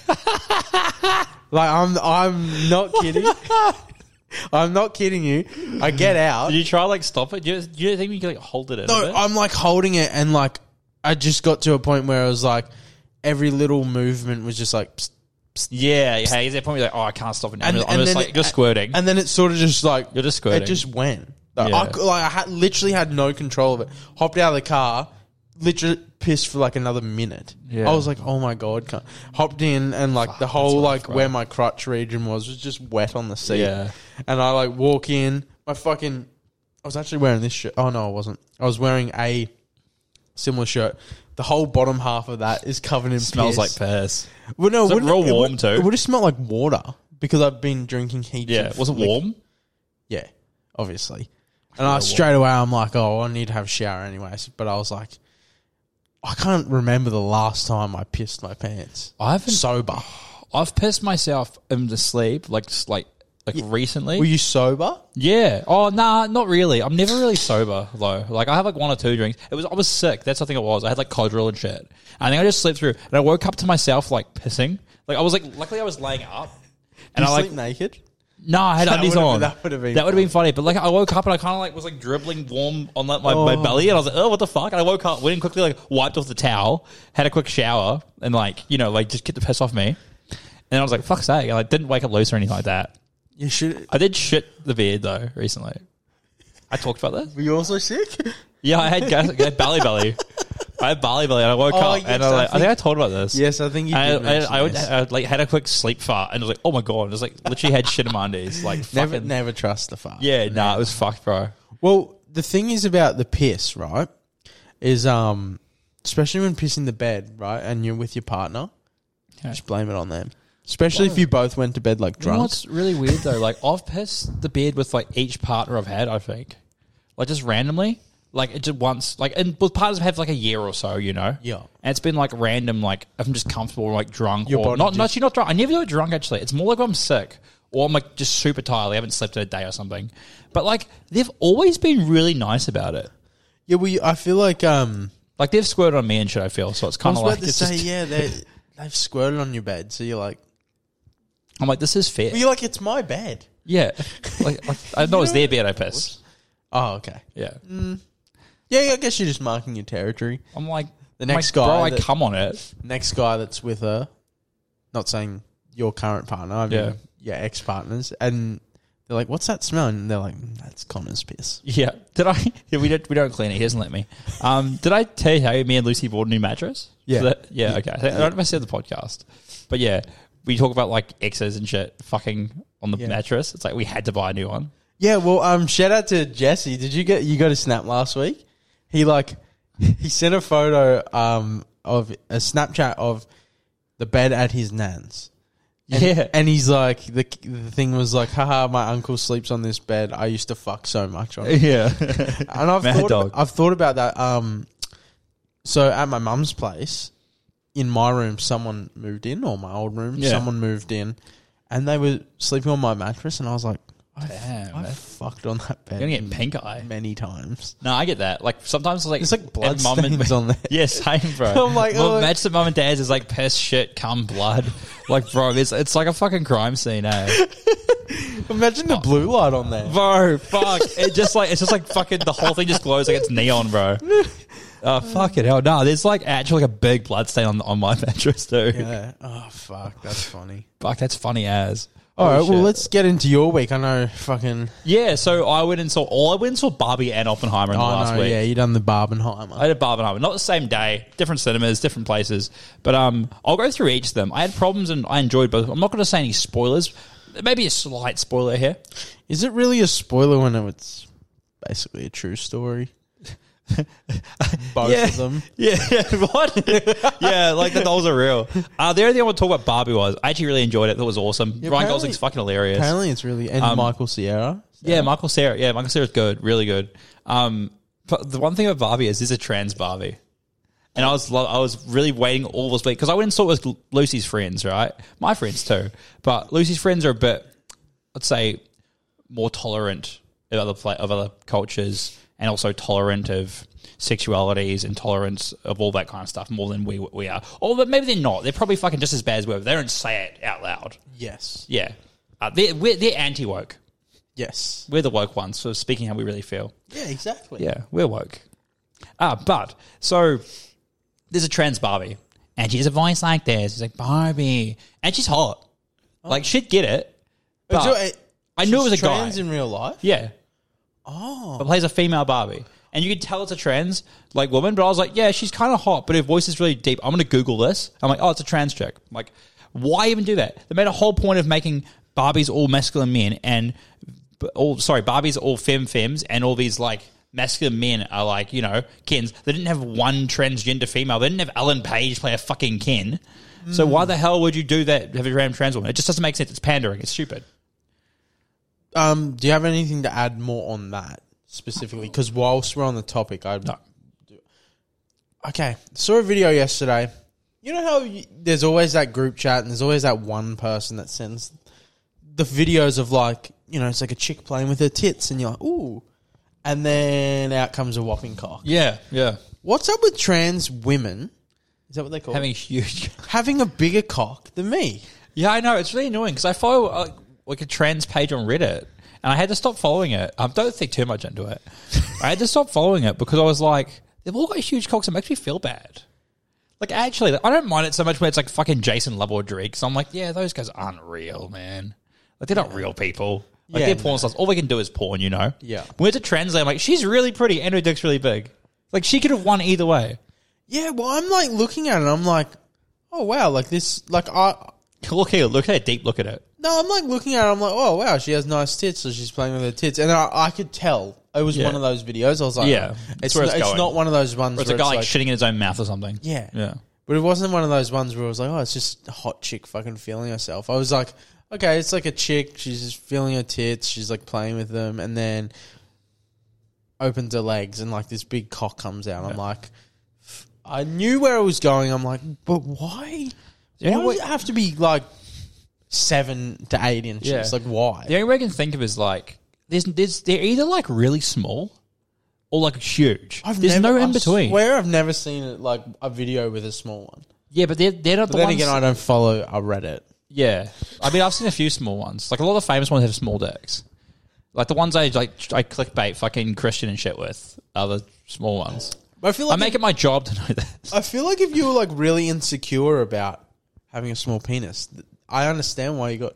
Speaker 2: like I'm, I'm not kidding. I'm not kidding you. I get out.
Speaker 1: Did you try like stop it? Do you, do you think you could like hold it? in a
Speaker 2: No,
Speaker 1: bit?
Speaker 2: I'm like holding it, and like I just got to a point where I was like, every little movement was just like. psst,
Speaker 1: Yeah, yeah. Is that point where you're like, oh, I can't stop it now.
Speaker 2: And-
Speaker 1: I'm
Speaker 2: and
Speaker 1: just
Speaker 2: then
Speaker 1: like,
Speaker 2: it-
Speaker 1: you're squirting.
Speaker 2: And then it's sort of just like
Speaker 1: You're just squirting.
Speaker 2: It just went. Like,
Speaker 1: Yeah.
Speaker 2: I, cou- like I had, literally had no control of it. Hopped out of the car, literally pissed for like another minute.
Speaker 1: Yeah.
Speaker 2: I was like, oh my god! can't-" Hopped in and like the whole
Speaker 1: rough,
Speaker 2: like
Speaker 1: bro.
Speaker 2: where my crutch region was was just wet on the seat.
Speaker 1: Yeah.
Speaker 2: And I like walk in, my fucking. I was actually wearing this shirt. Oh no, I wasn't. I was wearing a similar shirt. The whole bottom half of that is covered in
Speaker 1: smells
Speaker 2: piss.
Speaker 1: like piss.
Speaker 2: Well, no,
Speaker 1: Is it
Speaker 2: wouldn't
Speaker 1: real
Speaker 2: it-
Speaker 1: warm
Speaker 2: it,
Speaker 1: too?
Speaker 2: It would have smelled like water because I've been drinking heaps.
Speaker 1: Yeah,
Speaker 2: of
Speaker 1: was it
Speaker 2: liquid-
Speaker 1: warm?
Speaker 2: Yeah, obviously. And I straight away I'm like, oh, I need to have a shower anyways. But I was like, I can't remember the last time I pissed my pants
Speaker 1: I haven't.
Speaker 2: sober.
Speaker 1: I've pissed myself into sleep like s- like like recently.
Speaker 2: Were you sober?
Speaker 1: yeah. Oh nah, not really. I'm never really sober though. Like I have like one or two drinks. It was I was sick. That's I think it was. I had like codril and shit. And I think I just slept through. And I woke up to myself like pissing. Like I was like, luckily I was laying up. And I like
Speaker 2: sleep naked.
Speaker 1: no, I had
Speaker 2: That
Speaker 1: undies
Speaker 2: would've-
Speaker 1: on.
Speaker 2: that would've been
Speaker 1: that would have been funny. But like, I woke up and I kind of like was like dribbling warm on like my, my
Speaker 2: Oh.
Speaker 1: belly, and I was like, oh, what the fuck? And I woke up, went and quickly like wiped off the towel, had a quick shower, and like you know like just get the piss off me. And I was like, fuck's sake! I like, didn't wake up loose or anything like that.
Speaker 2: You should.
Speaker 1: I did shit the beard though recently. I talked about this.
Speaker 2: Were you also sick?
Speaker 1: Yeah, I had, gas, I had belly belly. I had belly belly, and I woke
Speaker 2: Oh,
Speaker 1: up,
Speaker 2: yes,
Speaker 1: and I,
Speaker 2: I
Speaker 1: like, I
Speaker 2: think-
Speaker 1: think I told about this.
Speaker 2: yes, I think you
Speaker 1: I,
Speaker 2: did.
Speaker 1: I,
Speaker 2: mention
Speaker 1: I, would,
Speaker 2: this.
Speaker 1: I like had a quick sleep fart and was like, oh my god, and was like literally had shit in my undies, like
Speaker 2: never,
Speaker 1: fucking
Speaker 2: never trust the fart.
Speaker 1: yeah, nah, it was fucked, bro.
Speaker 2: Well, the thing is about the piss, right? Is um, especially when pissing the bed, right? And you're with your partner,
Speaker 1: Okay.
Speaker 2: just blame it on them. Especially if you both went to bed like
Speaker 1: You know
Speaker 2: drunk.
Speaker 1: what's really weird though? Like I've pissed the bed with like each partner I've had. I think, like just randomly, like it just once, like and both partners have had, like a year or so, you know.
Speaker 2: Yeah.
Speaker 1: And it's been like random, like if I'm just comfortable, or, like drunk,
Speaker 2: Your
Speaker 1: or
Speaker 2: body
Speaker 1: not.
Speaker 2: just-
Speaker 1: Not actually not drunk. I never do it drunk. Actually, it's more like when I'm sick or I'm like just super tired. Like, I haven't slept in a day or something. But like they've always been really nice about it.
Speaker 2: Yeah, well, you, I feel like um,
Speaker 1: Like they've squirted on me and shit. I feel so. It's
Speaker 2: I
Speaker 1: kind
Speaker 2: was
Speaker 1: of
Speaker 2: about
Speaker 1: like
Speaker 2: to
Speaker 1: it's
Speaker 2: say,
Speaker 1: just,
Speaker 2: yeah, they they've squirted on your bed, so you're like,
Speaker 1: I'm like this is fair.
Speaker 2: well, you're like, it's my bed.
Speaker 1: Yeah. like, like I know it's their bed. I piss.
Speaker 2: Oh, okay.
Speaker 1: Yeah.
Speaker 2: Yeah, yeah, I guess you're just marking your territory.
Speaker 1: I'm like
Speaker 2: The next
Speaker 1: like,
Speaker 2: guy
Speaker 1: Bro, I
Speaker 2: that-
Speaker 1: come on it.
Speaker 2: Next guy that's with her, not saying your current partner, I mean, yeah,
Speaker 1: Yeah.
Speaker 2: ex partners, and they're like, "What's that smell?" And they're like, "Mm, "That's Connor's piss."
Speaker 1: Yeah. Did I? Yeah, we don't. We don't clean it. He doesn't let me. Um. Did I tell you how me and Lucy bought a new mattress?
Speaker 2: Yeah.
Speaker 1: So that- yeah. Okay. I don't know if I said the podcast, but yeah, we talk about like exes and shit, fucking on the
Speaker 2: Yeah.
Speaker 1: mattress. It's like we had to buy a new one.
Speaker 2: Yeah, well, um, shout out to Jesse. Did you get you got a snap last week? He like he sent a photo um of a Snapchat of the bed at his nan's. And,
Speaker 1: Yeah.
Speaker 2: and he's like the the thing was like, haha, my uncle sleeps on this bed. I used to fuck so much on it.
Speaker 1: Yeah.
Speaker 2: And I've
Speaker 1: Mad
Speaker 2: thought,
Speaker 1: dog.
Speaker 2: I've thought about that. Um, so at my mum's place, in my room, someone moved in, or my old room,
Speaker 1: Yeah.
Speaker 2: someone moved in, and they were sleeping on my mattress, and I was like, I
Speaker 1: Damn.
Speaker 2: I
Speaker 1: that's-
Speaker 2: fucked on that bed.
Speaker 1: You're gonna get pink eye.
Speaker 2: many times.
Speaker 1: No, I get that. Like sometimes like
Speaker 2: It's like blood
Speaker 1: and mum and-
Speaker 2: stains on there.
Speaker 1: Yeah, same, bro.
Speaker 2: I'm like,
Speaker 1: Well,
Speaker 2: oh.
Speaker 1: match that mum and dad's is like piss, shit, cum, blood. Like, bro, it's it's like a fucking crime scene, eh?
Speaker 2: Imagine the blue light on there.
Speaker 1: bro. Fuck. It just like it's just like fucking the whole thing just glows like it's neon, bro. Oh fuck it hell. No, there's like actually like a big blood stain on on my mattress dude.
Speaker 2: Yeah. Oh fuck, that's funny.
Speaker 1: Fuck, that's funny as.
Speaker 2: All right,
Speaker 1: Holy
Speaker 2: well,
Speaker 1: shit.
Speaker 2: let's get into your week. I know, fucking.
Speaker 1: Yeah, so I went and saw all I went and saw Barbie and Oppenheimer in the
Speaker 2: Oh
Speaker 1: last
Speaker 2: no,
Speaker 1: week.
Speaker 2: yeah, you done the Barbenheimer.
Speaker 1: I did Barbenheimer, not the same day, different cinemas, different places. But um, I'll go through each of them. I had problems and I enjoyed both. I'm not going to say any spoilers. Maybe a slight spoiler here.
Speaker 2: Is it really a spoiler when it's basically a true story? Both
Speaker 1: Yeah.
Speaker 2: of them.
Speaker 1: Yeah, yeah, what? yeah, like the dolls are real. Uh, the only thing I want to talk about Barbie was I actually really enjoyed it. That was awesome. Ryan
Speaker 2: apparently-
Speaker 1: Gosling's fucking hilarious.
Speaker 2: Apparently, it's really and
Speaker 1: Um,
Speaker 2: Michael Sierra.
Speaker 1: Yeah, Michael Sarah. Yeah, Michael Sarah's good, really good. Um, but the one thing about Barbie is there's a trans Barbie, and I was lo- I was really waiting all this week because I went and saw it with Lucy's friends, right? My friends too, but Lucy's friends are a bit, I'd say, more tolerant of other pla of other cultures, and also tolerant of sexualities and tolerance of all that kind of stuff more than we we are. Or but maybe they're not. They're probably fucking just as bad as we are. but They don't say it out loud.
Speaker 2: Yes.
Speaker 1: Yeah, uh, they're we're, they're anti woke.
Speaker 2: Yes.
Speaker 1: We're the woke ones for speaking how we really feel.
Speaker 2: Yeah. Exactly.
Speaker 1: Yeah, we're woke. Ah, but so there's a trans Barbie, and she has a voice like this. She's like Barbie, and she's hot. Like she'd get it. But I knew it was a guy.
Speaker 2: uh, trans in real life.
Speaker 1: yeah,
Speaker 2: Oh.
Speaker 1: but plays a female Barbie, and you could tell it's a trans like woman. But I was like, yeah, she's kind of hot, but her voice is really deep. I'm gonna Google this. I'm like, oh, it's a trans chick. I'm like, why even do that? They made a whole point of making Barbies all masculine men and b- all sorry, Barbies all femme femmes, and all these like masculine men are like you know Kens. They didn't have one transgender female. They didn't have Ellen Page play a fucking Ken. So why the hell would you do that? Have a random trans woman? It just doesn't make sense. It's pandering. It's stupid.
Speaker 2: Um. Do you have anything to add more on that specifically? Because whilst we're on the topic, I
Speaker 1: No.
Speaker 2: Okay. Saw a video yesterday. You know how you, there's always that group chat and there's always that one person that sends the videos of like, you know, it's like a chick playing with her tits and you're like, ooh. And then out comes a whopping cock.
Speaker 1: Yeah, yeah.
Speaker 2: What's up with trans women? Is that what they call
Speaker 1: Having a huge.
Speaker 2: it? Having a bigger cock than me.
Speaker 1: Yeah, I know. It's really annoying because I follow uh, like a trends page on Reddit, and I had to stop following it. I um, don't think too much into it. I had to stop following it because I was like, they've all got huge cocks. It makes me feel bad. Like actually, I don't mind it so much when it's like fucking Jason Love or Drake. So I'm like, yeah, those guys aren't real, man. Like they're not real people. Like
Speaker 2: Yeah,
Speaker 1: they're porn stars. All they can do is porn, you know.
Speaker 2: Yeah.
Speaker 1: When it's a trends, I'm like, she's really pretty and her dick's really big. Like she could have won either way.
Speaker 2: Yeah, well, I'm like looking at it. I'm like, oh wow, like this, like I.
Speaker 1: Look here, look at her deep look at it.
Speaker 2: No, I'm like looking at it. I'm like, oh wow, she has nice tits, so she's playing with her tits, and I, I could tell it was
Speaker 1: Yeah.
Speaker 2: one of those videos. I was like,
Speaker 1: Yeah, that's
Speaker 2: it's
Speaker 1: where
Speaker 2: n-
Speaker 1: it's
Speaker 2: it's,
Speaker 1: going.
Speaker 2: not one of those ones.
Speaker 1: Or it's
Speaker 2: where
Speaker 1: a guy like,
Speaker 2: like-
Speaker 1: shitting in his own mouth or something.
Speaker 2: Yeah.
Speaker 1: Yeah.
Speaker 2: but it wasn't one of those ones where I was like, oh, it's just a hot chick fucking feeling herself. I was like, okay, it's like a chick. She's just feeling her tits. She's like playing with them, and then opens her legs, and like this big cock comes out. I'm like, I knew where it was going. I'm like, but why?
Speaker 1: Yeah,
Speaker 2: why
Speaker 1: what-
Speaker 2: does it have to be like seven to eight inches?
Speaker 1: Yeah.
Speaker 2: Like why?
Speaker 1: The only way I can think of is like there's, there's they're either like really small or like huge. there's no
Speaker 2: never-
Speaker 1: in
Speaker 2: I
Speaker 1: between.
Speaker 2: swear I've never seen it, like a video with a small one.
Speaker 1: yeah, but they're they're not
Speaker 2: But
Speaker 1: the
Speaker 2: then
Speaker 1: ones.
Speaker 2: again, I don't follow a Reddit.
Speaker 1: yeah, I mean I've seen a few small ones. Like a lot of famous ones have small dicks. Like the ones I like I clickbait fucking Christian and shit with are the small ones.
Speaker 2: But I feel
Speaker 1: I
Speaker 2: like
Speaker 1: make it my job to know that.
Speaker 2: I feel like if you were like really insecure about having a small penis, th- I understand why you got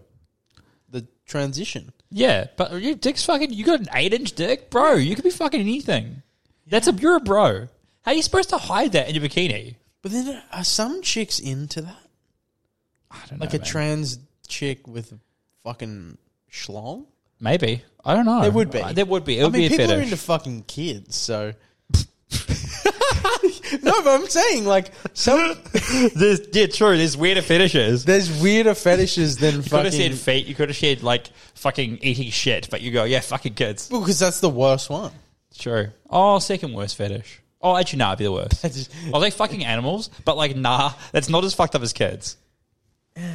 Speaker 2: the transition.
Speaker 1: Yeah, but your dick's fucking. You got an eight inch dick, bro. You could be fucking anything. That's a you're a bro. How are you supposed to hide that in your bikini?
Speaker 2: But then uh, are some chicks into that?
Speaker 1: I don't know.
Speaker 2: Like a
Speaker 1: man.
Speaker 2: trans chick with a fucking schlong?
Speaker 1: Maybe I don't know.
Speaker 2: There would be.
Speaker 1: Uh, There would be. It would
Speaker 2: I mean,
Speaker 1: be a
Speaker 2: people
Speaker 1: fetish.
Speaker 2: are into fucking kids, so. no, but I'm saying like some
Speaker 1: There's, yeah, true. There's weirder fetishes. You
Speaker 2: there's weirder fetishes than
Speaker 1: could have said
Speaker 2: fucking
Speaker 1: feet. You could have said like fucking eating shit, but you go, yeah, fucking kids.
Speaker 2: because that's the worst one.
Speaker 1: True. Oh, second worst fetish. Oh, actually, nah, it'd be the worst.
Speaker 2: That's-
Speaker 1: Are they fucking animals? But like, nah, that's not as fucked up as kids. What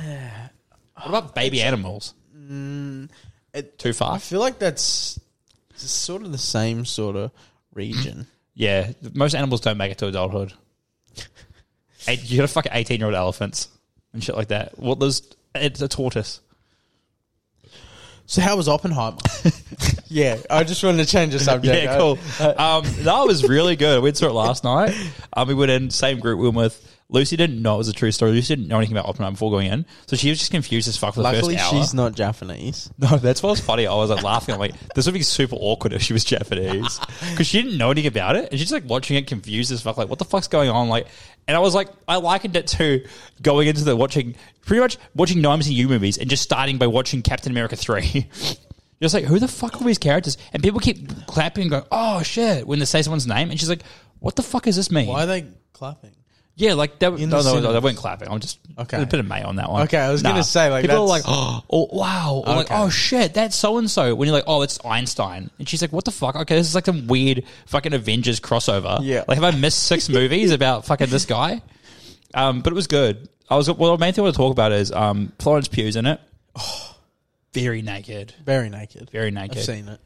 Speaker 1: about baby animals?
Speaker 2: mm, it-
Speaker 1: Too
Speaker 2: I
Speaker 1: far.
Speaker 2: feel like that's sort of the same sort of region.
Speaker 1: Yeah, most animals don't make it to adulthood. Eight, you got to fuck eighteen-year-old elephants and shit like that. What there's it's a tortoise.
Speaker 2: So how was Oppenheimer? yeah, I just wanted to change the subject.
Speaker 1: Yeah, cool. Um, that was really good. We saw it last night. Um, we went in same group we were with. Lucy didn't know it was a true story. Lucy didn't know anything about Oppenheimer before going in, so she was just confused as fuck for the
Speaker 2: Luckily,
Speaker 1: first hour.
Speaker 2: she's not Japanese.
Speaker 1: no, that's what was funny. I was like laughing. I'm like, this would be super awkward if she was Japanese because she didn't know anything about it, and she's like watching it confused as fuck. Like, what the fuck's going on? Like, and I was like, I likened it to going into the watching pretty much watching no MCU movies and just starting by watching Captain America three. You're just like, who the fuck are these characters? And people keep clapping and going, oh shit, when they say someone's name. And she's like, what the fuck does this mean?
Speaker 2: Why are they clapping?
Speaker 1: Yeah, like, they, no,
Speaker 2: In
Speaker 1: no,
Speaker 2: the
Speaker 1: no, they
Speaker 2: cinemas.
Speaker 1: weren't clapping. I'm just,
Speaker 2: Okay.
Speaker 1: okay. a bit of May on that one.
Speaker 2: Okay, I was gonna say, like,
Speaker 1: people
Speaker 2: that's-
Speaker 1: are like, oh, wow. Or like,
Speaker 2: Okay.
Speaker 1: oh shit, that's so and so. When you're like, oh, it's Einstein. And she's like, what the fuck? Okay, this is like some weird fucking Avengers crossover.
Speaker 2: Yeah.
Speaker 1: Like, have I missed six movies about fucking this guy? Um, but it was good. I was, well, the main thing I want to talk about is um, Florence Pugh's in it. Oh, very naked.
Speaker 2: Very naked.
Speaker 1: Very
Speaker 2: I've
Speaker 1: naked.
Speaker 2: seen it.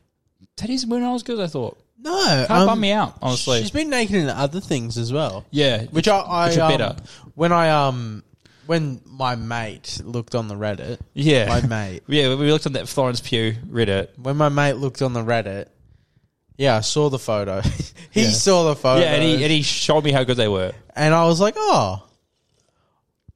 Speaker 1: Teddy's weren't as good as I thought.
Speaker 2: No,
Speaker 1: Kind of
Speaker 2: um,
Speaker 1: bummed me out, honestly.
Speaker 2: she's been naked in other things as well.
Speaker 1: yeah,
Speaker 2: which I, I
Speaker 1: which are
Speaker 2: um,
Speaker 1: better.
Speaker 2: when I um when my mate looked on the Reddit.
Speaker 1: yeah,
Speaker 2: my mate.
Speaker 1: Yeah, we looked on that Florence Pugh Reddit.
Speaker 2: When my mate looked on the Reddit, yeah, I saw the photo. he
Speaker 1: Yeah.
Speaker 2: saw the photo.
Speaker 1: Yeah, and he, and he showed me how good they were,
Speaker 2: I was like, oh,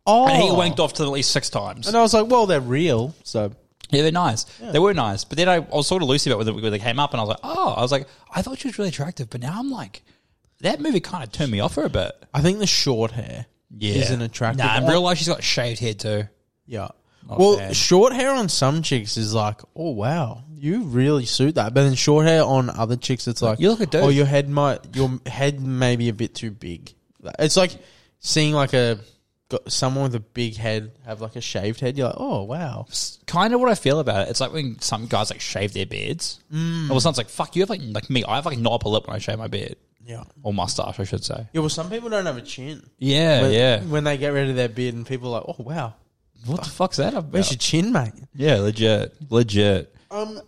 Speaker 2: oh,
Speaker 1: and he wanked off to them at least six times.
Speaker 2: And I was like, well, they're real, so
Speaker 1: Yeah, they're nice. They were nice, but then I, I was sort of loosey about when they, when they came up, and I was like, oh, I was like, I thought she was really attractive, but now I'm like, that movie kind of turned me off her a bit.
Speaker 2: I think the short hair is an attractive.
Speaker 1: Nah, in real life, she's got shaved head too.
Speaker 2: yeah. Well,
Speaker 1: bad.
Speaker 2: short hair on some chicks is like, oh wow, you really suit that. But then short hair on other chicks, it's like,
Speaker 1: You look a dude.
Speaker 2: Oh, your head might, your head may be a bit too big. Like, It's like seeing like a got someone with a big head have like a shaved head. You're like, oh wow,
Speaker 1: Kind of what I feel about it. It's like when some guys like shave their beards. Mm. Or someone's like, fuck, you have like, like me. I have like an upper lip when I shave my beard
Speaker 2: yeah.
Speaker 1: or mustache, I should say.
Speaker 2: Yeah, well, some people don't have a chin.
Speaker 1: Yeah,
Speaker 2: When-
Speaker 1: yeah.
Speaker 2: When they get rid of their beard, and people are like, oh wow,
Speaker 1: What the fuck's that about?
Speaker 2: where's your chin, mate?
Speaker 1: Yeah, legit, legit.
Speaker 2: Um,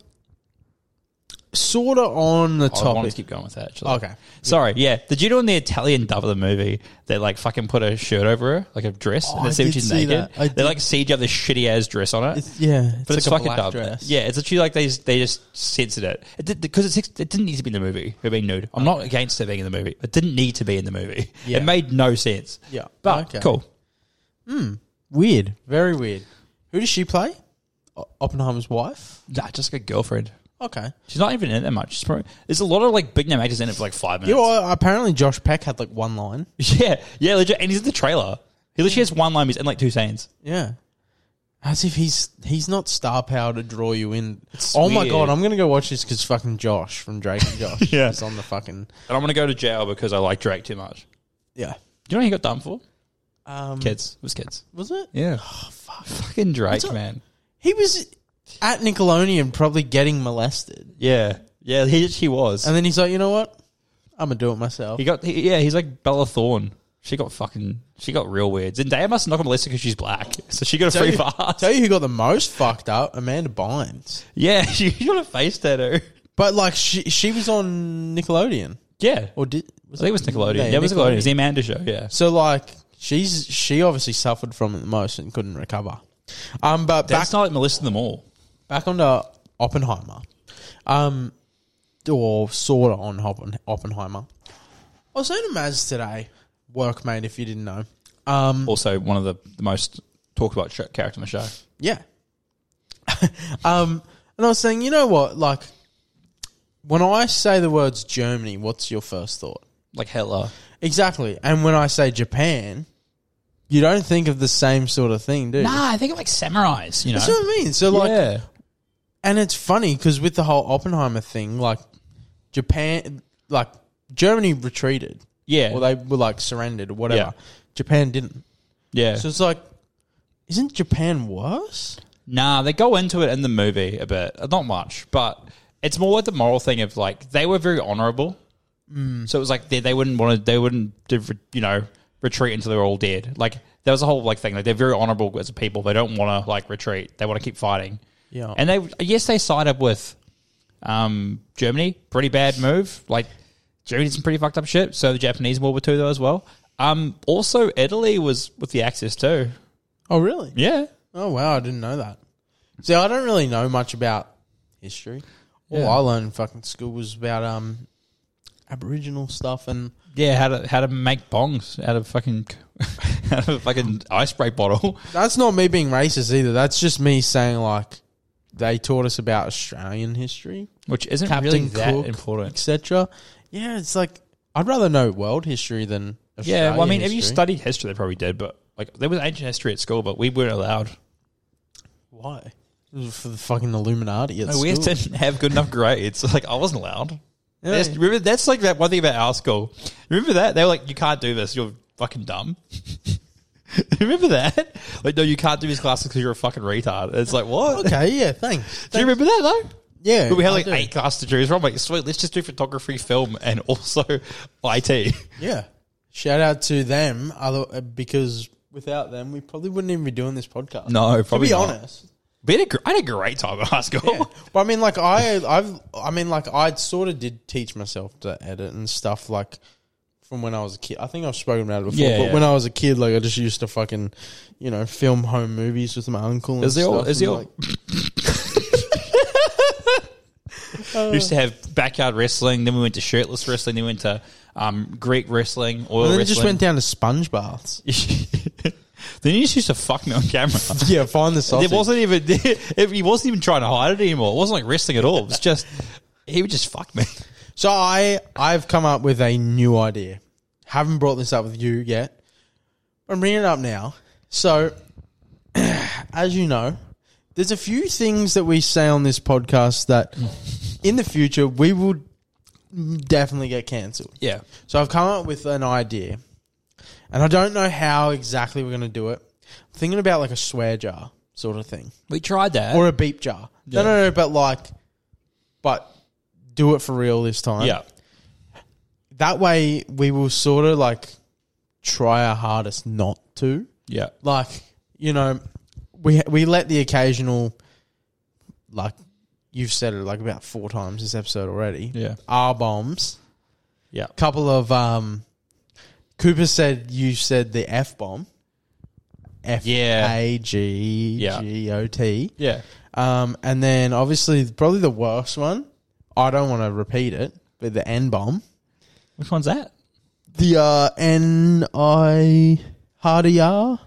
Speaker 2: sort of Um, on the
Speaker 1: I want
Speaker 2: topic.
Speaker 1: to keep going with that. Actually.
Speaker 2: Okay.
Speaker 1: Sorry. Yeah. Did you know in the Italian dub of the movie they like fucking put a shirt over her, like a dress, and
Speaker 2: Oh, I
Speaker 1: they see
Speaker 2: did
Speaker 1: she's
Speaker 2: see
Speaker 1: naked?
Speaker 2: that. I
Speaker 1: They
Speaker 2: did.
Speaker 1: like CG up this shitty ass dress on it.
Speaker 2: It's- yeah,
Speaker 1: but it's,
Speaker 2: like a
Speaker 1: fucking
Speaker 2: black
Speaker 1: dub.
Speaker 2: dress.
Speaker 1: Yeah, it's actually like they they just censored it. It did because it's, it didn't need to be in the movie. Her being nude. I'm not against her being in the movie. It didn't need to be in the movie.
Speaker 2: Yeah.
Speaker 1: It made no sense.
Speaker 2: Yeah.
Speaker 1: But
Speaker 2: Okay.
Speaker 1: cool.
Speaker 2: Weird, very weird. Who does she play? O- Oppenheimer's wife.
Speaker 1: Nah, just like a girlfriend.
Speaker 2: Okay.
Speaker 1: She's not even in it that much. She's probably, there's a lot of like big name actors in it for like five
Speaker 2: Yeah.
Speaker 1: minutes.
Speaker 2: Well, apparently Josh Peck had like one line.
Speaker 1: Yeah, yeah, legit. And he's in the trailer. He literally has one line. He's in like two scenes.
Speaker 2: Yeah. As if he's he's not star power to draw you in.
Speaker 1: It's
Speaker 2: oh my
Speaker 1: weird.
Speaker 2: god, I'm gonna go watch this because fucking Josh from Drake and Josh
Speaker 1: Yeah.
Speaker 2: is on the fucking
Speaker 1: And I'm gonna go to jail because I like Drake too much.
Speaker 2: yeah.
Speaker 1: Do you know what he got done for?
Speaker 2: Um,
Speaker 1: Kids. It was kids.
Speaker 2: was it?
Speaker 1: Yeah. Oh, fuck. Fucking Drake,
Speaker 2: What's up?
Speaker 1: man.
Speaker 2: He was at Nickelodeon, probably getting molested,
Speaker 1: Yeah. Yeah, he she was.
Speaker 2: and then he's like, you know what? I'm gonna do it myself.
Speaker 1: he got he, yeah, he's like Bella Thorne. She got fucking she got real weird. Zendaya must have not got Melissa because she's black. So she got a
Speaker 2: Tell
Speaker 1: free
Speaker 2: you-
Speaker 1: pass.
Speaker 2: Tell you who got the most fucked up? Amanda Bynes.
Speaker 1: Yeah, she got a face tattoo.
Speaker 2: But like she she was on Nickelodeon
Speaker 1: Yeah.
Speaker 2: or did was
Speaker 1: I think it was Nickelodeon. Yeah, it was Nickelodeon. It was the Amanda show, yeah.
Speaker 2: So like she's she obviously suffered from it the most and couldn't recover. Um, but back
Speaker 1: That's not like Melissa in the Mall.
Speaker 2: back onto Oppenheimer, um, or sort of on Hoppen- Oppenheimer. I was saying to Maz today, workmate, if you didn't know. Um,
Speaker 1: Also one of the, the most talked about sh- character in the show.
Speaker 2: Yeah. um, and I was saying, you know what? Like, when I say the words Germany, what's your first thought?
Speaker 1: Like Hitler.
Speaker 2: Exactly. And when I say Japan, you don't think of the same sort of thing, do you?
Speaker 1: Nah, I think of like samurais, you know.
Speaker 2: That's what I mean. So, like,
Speaker 1: yeah.
Speaker 2: and it's funny because with the whole Oppenheimer thing, like, Japan, like, Germany retreated
Speaker 1: Yeah.
Speaker 2: or they were like surrendered or whatever.
Speaker 1: Yeah.
Speaker 2: Japan didn't.
Speaker 1: yeah.
Speaker 2: So it's like, isn't Japan worse?
Speaker 1: Nah, they go into it in the movie a bit, not much, but it's more like the moral thing of like they were very honourable, so it was like they, they wouldn't want to, they wouldn't, div- you know, retreat until they were all dead. Like there was a whole like thing like they're very honourable as a people. They don't want to like retreat. They want to keep fighting.
Speaker 2: Yeah.
Speaker 1: and they yes they side up with um, Germany. Pretty bad move. Like Germany did some pretty fucked up shit. So the Japanese in World War Two though as well. Um, also Italy was with the Axis too.
Speaker 2: Oh, really?
Speaker 1: Yeah.
Speaker 2: Oh wow, I didn't know that. See, I don't really know much about history. All
Speaker 1: Yeah.
Speaker 2: I learned in fucking school was about um Aboriginal stuff and
Speaker 1: Yeah, how to how to make bongs out of fucking out of a fucking ice break bottle.
Speaker 2: that's not me being racist either. That's just me saying like they taught us about Australian history,
Speaker 1: Which isn't
Speaker 2: Captain
Speaker 1: really that
Speaker 2: Cook,
Speaker 1: important.
Speaker 2: etc. Yeah, it's like I'd rather know world history than Australian
Speaker 1: Yeah, well I mean if you
Speaker 2: history.
Speaker 1: studied history they probably did, but like there was ancient history at school, but we weren't allowed.
Speaker 2: why It was for the fucking Illuminati at
Speaker 1: Like,
Speaker 2: school.
Speaker 1: Oh, we didn't have good enough grades. Like I wasn't allowed.
Speaker 2: Yeah.
Speaker 1: That's, remember that's like that one thing about our school. Remember that? They were like, You can't do this, you're fucking dumb. remember that? Like, no, you can't do this class because you're a fucking retard. It's like what?
Speaker 2: okay, yeah, thanks.
Speaker 1: Do you remember that though?
Speaker 2: Yeah,
Speaker 1: But we had
Speaker 2: I
Speaker 1: like
Speaker 2: do.
Speaker 1: eight classes to choose from. Like, sweet, let's just do photography, film, and also IT.
Speaker 2: Yeah. Shout out to them, other uh, because without them, we probably wouldn't even be doing this podcast.
Speaker 1: No,
Speaker 2: to
Speaker 1: probably
Speaker 2: be
Speaker 1: not.
Speaker 2: honest.
Speaker 1: But I had a gr- I had a great time at high school.
Speaker 2: Yeah. But I mean, like I, I've, I mean, like I sort of did teach myself to edit and stuff, like from when I was a kid. I think I've spoken about it before,
Speaker 1: Yeah,
Speaker 2: but
Speaker 1: yeah.
Speaker 2: when I was a kid, like I just used to fucking, you know, film home movies with my uncle. And
Speaker 1: Is there all-
Speaker 2: stuff,
Speaker 1: is there
Speaker 2: and,
Speaker 1: all-
Speaker 2: like,
Speaker 1: used to have backyard wrestling. Then we went to shirtless wrestling. Then we went to um, Greek wrestling, oil
Speaker 2: and then it
Speaker 1: wrestling.
Speaker 2: just went down to sponge baths.
Speaker 1: then you just used to fuck me on camera.
Speaker 2: yeah, find the sausage.
Speaker 1: It wasn't even. It, he wasn't even trying to hide it anymore. It wasn't like wrestling at all. It was just he would just fuck me.
Speaker 2: So I I've come up with a new idea. Haven't brought this up with you yet. I'm bringing it up now. So, as you know, there's a few things that we say on this podcast that in the future we will definitely get cancelled.
Speaker 1: Yeah.
Speaker 2: So I've come up with an idea, and I don't know how exactly we're going to do it. I'm thinking about like a swear jar sort of thing
Speaker 1: We tried that.
Speaker 2: or a beep jar. No, no, no, but like, but do it for real this time.
Speaker 1: yeah.
Speaker 2: That way, we will sort of like try our hardest not to.
Speaker 1: Yeah.
Speaker 2: Like, you know, we we let the occasional like you've said it like about four times this episode already.
Speaker 1: Yeah.
Speaker 2: R bombs.
Speaker 1: Yeah.
Speaker 2: Couple of um, Cooper said you said the F bomb. F A G G O T.
Speaker 1: Yeah.
Speaker 2: Um, and then obviously probably the worst one. I don't want to repeat it, but the N bomb.
Speaker 1: Which one's that?
Speaker 2: The uh, N I hard R.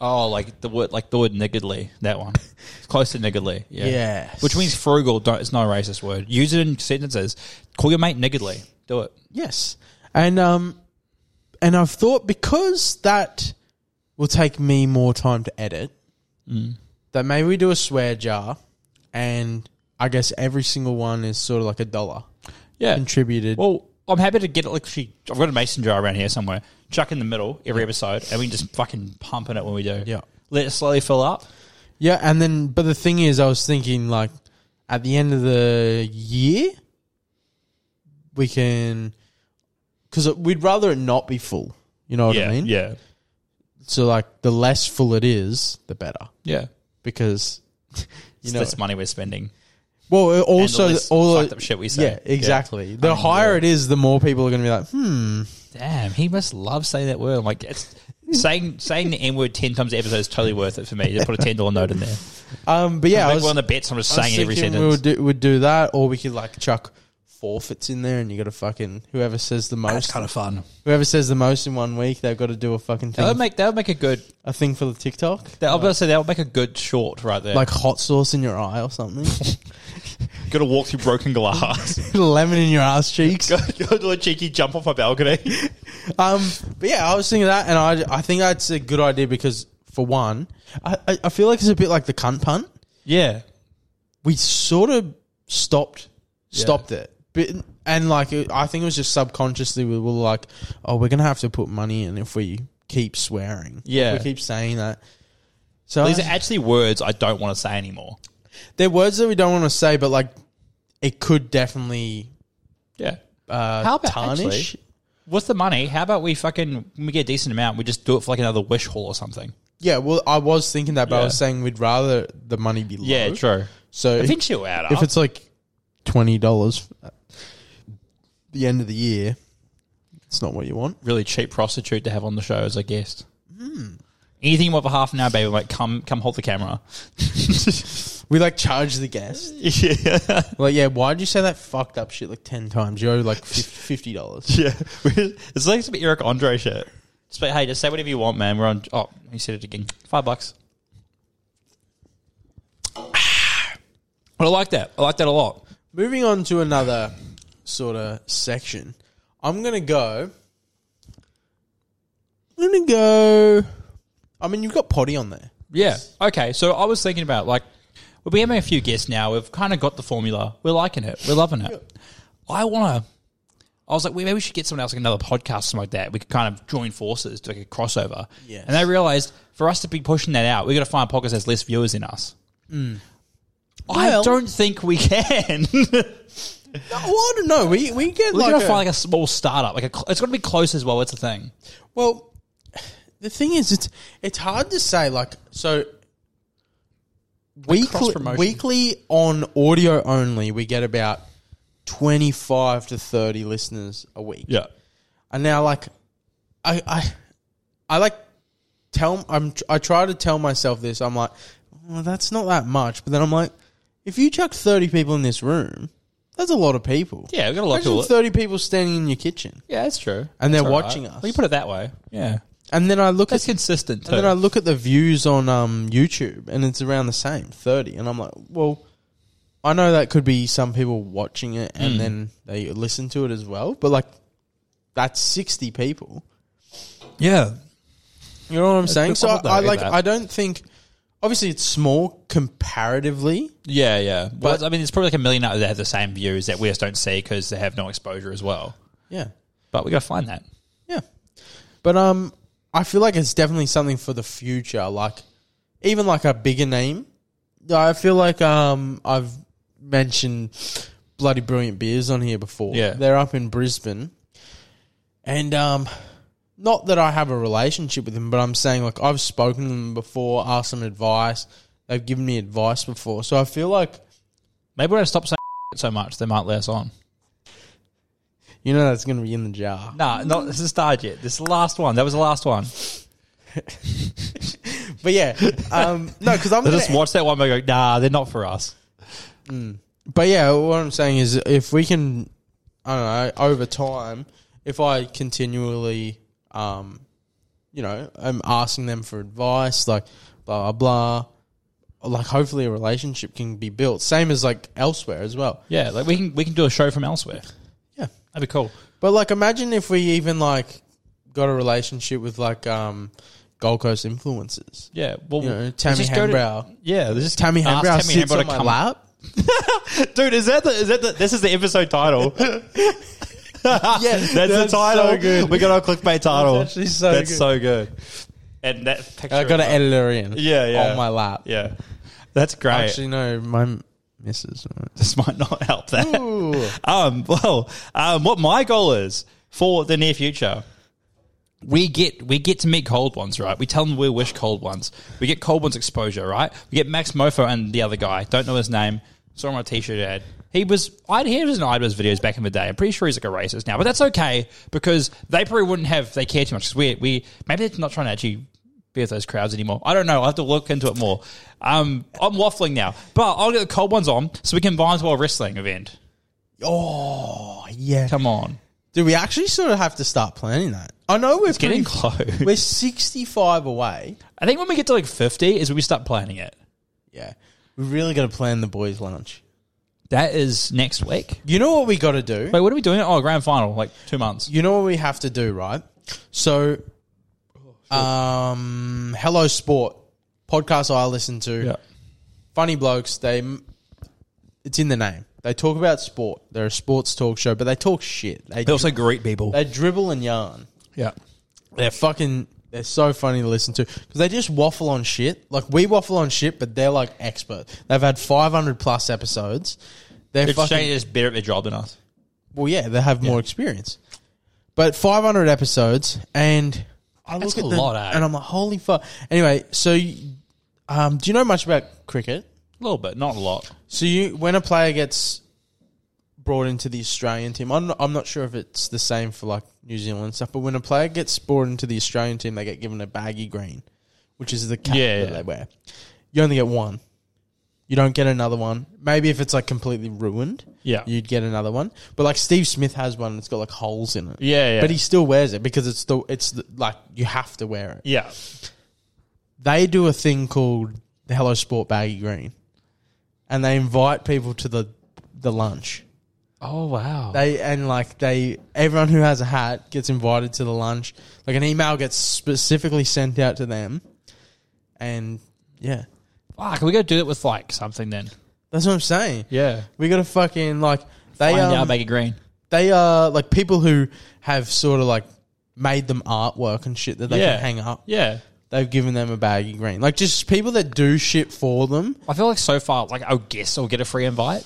Speaker 1: Oh, like the word, like the word niggardly. That one. It's close to niggardly. Yeah.
Speaker 2: Yes.
Speaker 1: Which means frugal. Don't, it's not a racist word. Use it in sentences. Call your mate niggardly. Do it.
Speaker 2: Yes, and um, and I've thought because that will take me more time to edit,
Speaker 1: Mm.
Speaker 2: that maybe we do a swear jar, and I guess every single one is sort of like a dollar
Speaker 1: Yeah.
Speaker 2: contributed.
Speaker 1: Well, I'm happy to get it. Like, she, I've got a mason jar around here somewhere. Chuck in the middle every episode, and we can just fucking pump in it when we do.
Speaker 2: Yeah.
Speaker 1: Let it slowly fill up.
Speaker 2: yeah, and then but the thing is, I was thinking like at the end of the year, we can because we'd rather it not be full. You know what
Speaker 1: yeah.
Speaker 2: I mean?
Speaker 1: Yeah.
Speaker 2: So like the less full it is, the better
Speaker 1: Yeah.
Speaker 2: because. You
Speaker 1: It's
Speaker 2: know,
Speaker 1: less money we're spending.
Speaker 2: Well, it
Speaker 1: And the
Speaker 2: also
Speaker 1: less
Speaker 2: all
Speaker 1: fucked up shit we say.
Speaker 2: yeah, exactly. The higher it is, the more people are going to be like, hmm.
Speaker 1: Damn, he must love saying that word. I'm like, it's, saying saying the N word 10 times an episode is totally worth it for me. Just put a $10 note in there.
Speaker 2: Um, but yeah, I
Speaker 1: Maybe
Speaker 2: was,
Speaker 1: we're on the bets, I'm just
Speaker 2: I was
Speaker 1: saying every
Speaker 2: thinking
Speaker 1: sentence.
Speaker 2: we would do, would do that, or we could like chuck forfeits in there, and you got to fucking whoever says the most,
Speaker 1: of fun.
Speaker 2: whoever says the most in one week, they've got to do a fucking
Speaker 1: That would
Speaker 2: thing,
Speaker 1: make that would make a good.
Speaker 2: a thing for the TikTok,
Speaker 1: That, I was gonna say that would make a good short right there.
Speaker 2: like hot sauce in your eye or something,
Speaker 1: got to walk through broken glass.
Speaker 2: lemon in your ass cheeks.
Speaker 1: got to do a cheeky jump off my balcony.
Speaker 2: Um, but yeah, I was thinking that, and I I think that's a good idea because for one, I I, I feel like it's a bit like the cunt punt.
Speaker 1: Yeah,
Speaker 2: we sort of stopped stopped it. But, and like it- I think it was just subconsciously we were like, oh, we're gonna have to put money in if we keep swearing.
Speaker 1: Yeah.
Speaker 2: if we keep saying that. So
Speaker 1: these are actually words I don't want to say anymore.
Speaker 2: they're words that we don't want to say, but like it could definitely
Speaker 1: Yeah.
Speaker 2: uh,
Speaker 1: How about
Speaker 2: tarnish.
Speaker 1: actually- What's the money? How about we fucking when we get a decent amount, we just do it for like another wish haul or something.
Speaker 2: Yeah, well, I was thinking that, but I
Speaker 1: Yeah.
Speaker 2: was saying we'd rather the money be low.
Speaker 1: true.
Speaker 2: So if,
Speaker 1: Eventually, it'll add up.
Speaker 2: if it's like twenty dollars at the end of the year, it's not what you want.
Speaker 1: really cheap prostitute to have on the show as a guest. Hmm. Anything more for half an hour, baby? Like, come, come, hold the camera.
Speaker 2: We like charge the guest.
Speaker 1: yeah,
Speaker 2: Like, yeah, why'd you say that fucked up shit like 10 times? You owe like fif- $50.
Speaker 1: yeah. It's like some Eric Andre shit. Just like, hey, just say whatever you want, man. We're on. Oh, he said it again. Five bucks. Ah. But I like that. I like that a lot.
Speaker 2: Moving on to another sort of section. I'm going to go. I'm going to go. I mean, you've got potty on there.
Speaker 1: Yeah. Okay. So I was thinking about like we'll be having a few guests now. We've kind of got the formula. We're liking it. We're loving it. I want to. I was like, well, maybe we should get someone else, like another podcast, something like that. We could kind of join forces to like a crossover.
Speaker 2: Yes.
Speaker 1: And I realized for us to be pushing that out, we got to find a podcast that has less viewers than us. I
Speaker 2: Mm. Well-
Speaker 1: don't think we can.
Speaker 2: No, I don't know. We, we get
Speaker 1: We're
Speaker 2: like.
Speaker 1: gonna
Speaker 2: a-
Speaker 1: find like a small startup. Like a, cl- it's gonna be close as well. It's a thing.
Speaker 2: Well, the thing is, it's it's hard to say. Like, so weekly,
Speaker 1: cross-promotion.
Speaker 2: weekly on audio only, we get about twenty five to thirty listeners a week.
Speaker 1: Yeah.
Speaker 2: And now, like, I I I like tell I'm I try to tell myself this. I'm like, well, that's not that much. But then I'm like, if you chuck thirty people in this room, that's a lot of people.
Speaker 1: Yeah, we got a lot of
Speaker 2: Imagine
Speaker 1: people.
Speaker 2: thirty people standing in your kitchen,
Speaker 1: Yeah, that's true.
Speaker 2: And they're
Speaker 1: That's all right.
Speaker 2: watching us.
Speaker 1: Well, you put it that way. Yeah.
Speaker 2: and then I look at
Speaker 1: That's consistent too.
Speaker 2: And then I look at the views on um, YouTube, and it's around the same thirty. And I'm like, well, I know that could be some people watching it, and then they listen to it as well. But like, that's sixty people.
Speaker 1: yeah.
Speaker 2: You know what I'm saying?
Speaker 1: good
Speaker 2: So I,
Speaker 1: point,
Speaker 2: I
Speaker 1: though,
Speaker 2: like,
Speaker 1: that.
Speaker 2: I don't think. Obviously, it's small comparatively.
Speaker 1: Yeah, yeah. But I mean, it's probably like a million out there that have the same views that we just don't see because they have no exposure as well.
Speaker 2: Yeah,
Speaker 1: But we got to find that.
Speaker 2: yeah. But um, I feel like it's definitely something for the future. Like, even like a bigger name. I feel like um, I've mentioned bloody brilliant beers on here before.
Speaker 1: Yeah.
Speaker 2: they're up in Brisbane, and um, not that I have a relationship with them, but I'm saying like I've spoken to them before, asked them advice. They've given me advice before, so I feel like
Speaker 1: Maybe when I stop saying so much, they might let us on.
Speaker 2: You know that's going to be in the jar.
Speaker 1: Nah, not this is started yet. This is the last one. That was the last one.
Speaker 2: But yeah, um, no, because I'm
Speaker 1: They
Speaker 2: gonna,
Speaker 1: just watch that one and go, nah, they're not for us.
Speaker 2: But yeah, what I'm saying is, if we can, I don't know, over time, if I continually, um, you know, I'm asking them for advice, like blah blah blah, like hopefully a relationship can be built. Same as like elsewhere as well.
Speaker 1: Yeah, like we can we can do a show from elsewhere.
Speaker 2: Yeah.
Speaker 1: That'd be cool.
Speaker 2: But like, imagine if we even like got a relationship with like um, Gold Coast influencers.
Speaker 1: Yeah. Well,
Speaker 2: You know,
Speaker 1: let's
Speaker 2: Tammy
Speaker 1: just go to-
Speaker 2: Hambrow.
Speaker 1: yeah, let's just
Speaker 2: Tammy
Speaker 1: ask
Speaker 2: Hambrow sits
Speaker 1: Hambrow
Speaker 2: on my lap.
Speaker 1: Dude, is that the is that the this is the episode title? yeah, that's, the
Speaker 2: that's so
Speaker 1: title.
Speaker 2: good.
Speaker 1: We got our clickbait title.
Speaker 2: That's actually so
Speaker 1: That's
Speaker 2: good.
Speaker 1: so good. And that picture.
Speaker 2: I got to edit her in.
Speaker 1: Yeah, yeah.
Speaker 2: On my lap.
Speaker 1: Yeah, that's great.
Speaker 2: Actually, no, my missus.
Speaker 1: this might not help that.
Speaker 2: Ooh.
Speaker 1: Um, well, um, what my goal is for the near future, we get we get to meet cold ones, right? We tell them we wish cold ones. We get cold ones exposure, right? We get Max Mofo and the other guy. Don't know his name. Saw him on a t-shirt ad. He was I he was in Ida's videos back in the day. I'm pretty sure he's like a racist now, but that's okay because they probably wouldn't have they care too much. 'Cause we we maybe they're not trying to actually be with those crowds anymore. I don't know. I have to look into it more. Um, I'm waffling now, but I'll get the cold ones on so we can buy into a wrestling event.
Speaker 2: Oh yeah.
Speaker 1: Come on.
Speaker 2: Do we actually sort of have to start planning that? I know we're
Speaker 1: getting
Speaker 2: pretty-
Speaker 1: close.
Speaker 2: We're sixty five away.
Speaker 1: I think when we get to like 50 is when we start planning it.
Speaker 2: Yeah, we really got to plan the boys' lunch.
Speaker 1: That is next week.
Speaker 2: You know what we got to do?
Speaker 1: Wait, what are we doing? Oh, grand final, like two months.
Speaker 2: You know what we have to do, right? So, Oh, um, Hello Sport podcast I listen to. Funny blokes. They, it's in the name. They talk about sport. They're a sports talk show, but they talk shit. They
Speaker 1: They also greet people.
Speaker 2: they dribble and yarn.
Speaker 1: Yeah.
Speaker 2: They're fucking. They're so funny to listen to because they just waffle on shit. Like we waffle on shit, but they're like expert. They've had 500 plus episodes. They're
Speaker 1: It's
Speaker 2: fucking.
Speaker 1: Shane is better at their job than us.
Speaker 2: Well, yeah, they have more experience. But 500 episodes, and I
Speaker 1: That's
Speaker 2: look
Speaker 1: a
Speaker 2: at them,
Speaker 1: lot, eh?
Speaker 2: and I'm like, holy fuck. Anyway, so you- um, do you know much about cricket?
Speaker 1: A little bit, not a lot.
Speaker 2: So you, when a player gets brought into the Australian team, I'm not, I'm not sure if it's the same for like New Zealand and stuff, but when a player gets brought into the Australian team, they get given a baggy green, which is the cap
Speaker 1: Yeah,
Speaker 2: that
Speaker 1: yeah.
Speaker 2: they wear. You only get one. You don't get another one. Maybe if it's like completely ruined,
Speaker 1: Yeah.
Speaker 2: you'd get another one. But like Steve Smith has one, it's got like holes in it.
Speaker 1: Yeah, yeah.
Speaker 2: But he still wears it because it's the it's the, like you have to wear it.
Speaker 1: Yeah.
Speaker 2: They do a thing called the Hello Sport Baggy Green, and they invite people to the the lunch.
Speaker 1: Oh, wow.
Speaker 2: They and like they everyone who has a hat gets invited to the lunch. Like an email gets specifically sent out to them, and yeah,
Speaker 1: Fuck, we got to do it with like something then.
Speaker 2: that's what I'm saying.
Speaker 1: Yeah.
Speaker 2: We got to fucking like they
Speaker 1: Find
Speaker 2: um,
Speaker 1: out, make it green.
Speaker 2: they are like people who have sort of like made them artwork and shit that they
Speaker 1: Yeah.
Speaker 2: can hang up.
Speaker 1: Yeah.
Speaker 2: They've given them a baggy green. Like just people that do shit for them.
Speaker 1: I feel like so far, like, I guess I'll get a free invite.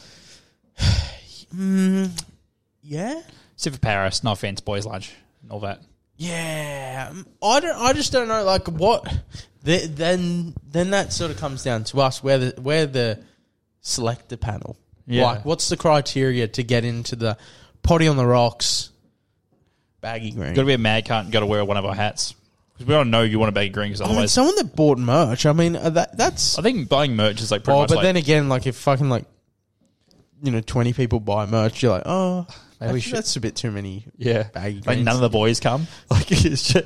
Speaker 2: Yeah.
Speaker 1: Except for Paris, no offense, boys' lunch and all that.
Speaker 2: Yeah. Um, I don't I just don't know like what the, then then that sort of comes down to us where the where the selector panel.
Speaker 1: Yeah.
Speaker 2: Like what's the criteria to get into the potty on the rocks baggy green?
Speaker 1: Got to be a mad cunt and got to wear one of our hats. Because we don't know you want a bag of green because
Speaker 2: I mean,
Speaker 1: otherwise.
Speaker 2: someone that bought merch. I mean, uh, that that's
Speaker 1: I think buying merch is like pretty
Speaker 2: Oh,
Speaker 1: much
Speaker 2: but
Speaker 1: like,
Speaker 2: then again, like if fucking like you know twenty people buy merch, you're like, oh,
Speaker 1: Maybe we
Speaker 2: actually,
Speaker 1: should-
Speaker 2: that's a bit too many.
Speaker 1: Yeah.
Speaker 2: Baggy
Speaker 1: like
Speaker 2: greens.
Speaker 1: none of the boys come. Like it's just,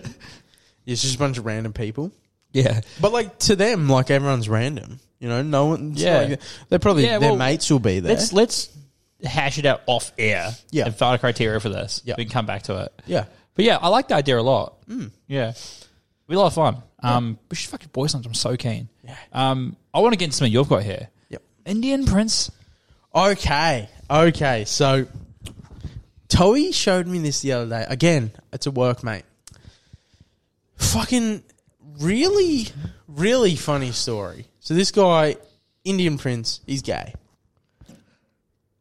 Speaker 2: It's just a bunch of random people.
Speaker 1: yeah.
Speaker 2: But like to them, like everyone's random. You know, no one. it's
Speaker 1: Yeah.
Speaker 2: not like- they're probably
Speaker 1: Yeah, well,
Speaker 2: their mates will be there.
Speaker 1: Let's let's hash it out off air.
Speaker 2: Yeah.
Speaker 1: And find a criteria for this.
Speaker 2: Yeah. Mm.
Speaker 1: We can come back to it.
Speaker 2: Yeah,
Speaker 1: But yeah, I like the idea a lot. Yeah. It'd be a lot of fun. Um we should fucking boys lunch. I'm so keen. Yeah. Um I want to get into something you've got here.
Speaker 2: Yep.
Speaker 1: Indian Prince.
Speaker 2: Okay. Okay. So Toei showed me this the other day. Again, it's a work mate. Fucking really, really funny story. So this guy, Indian Prince, he's gay.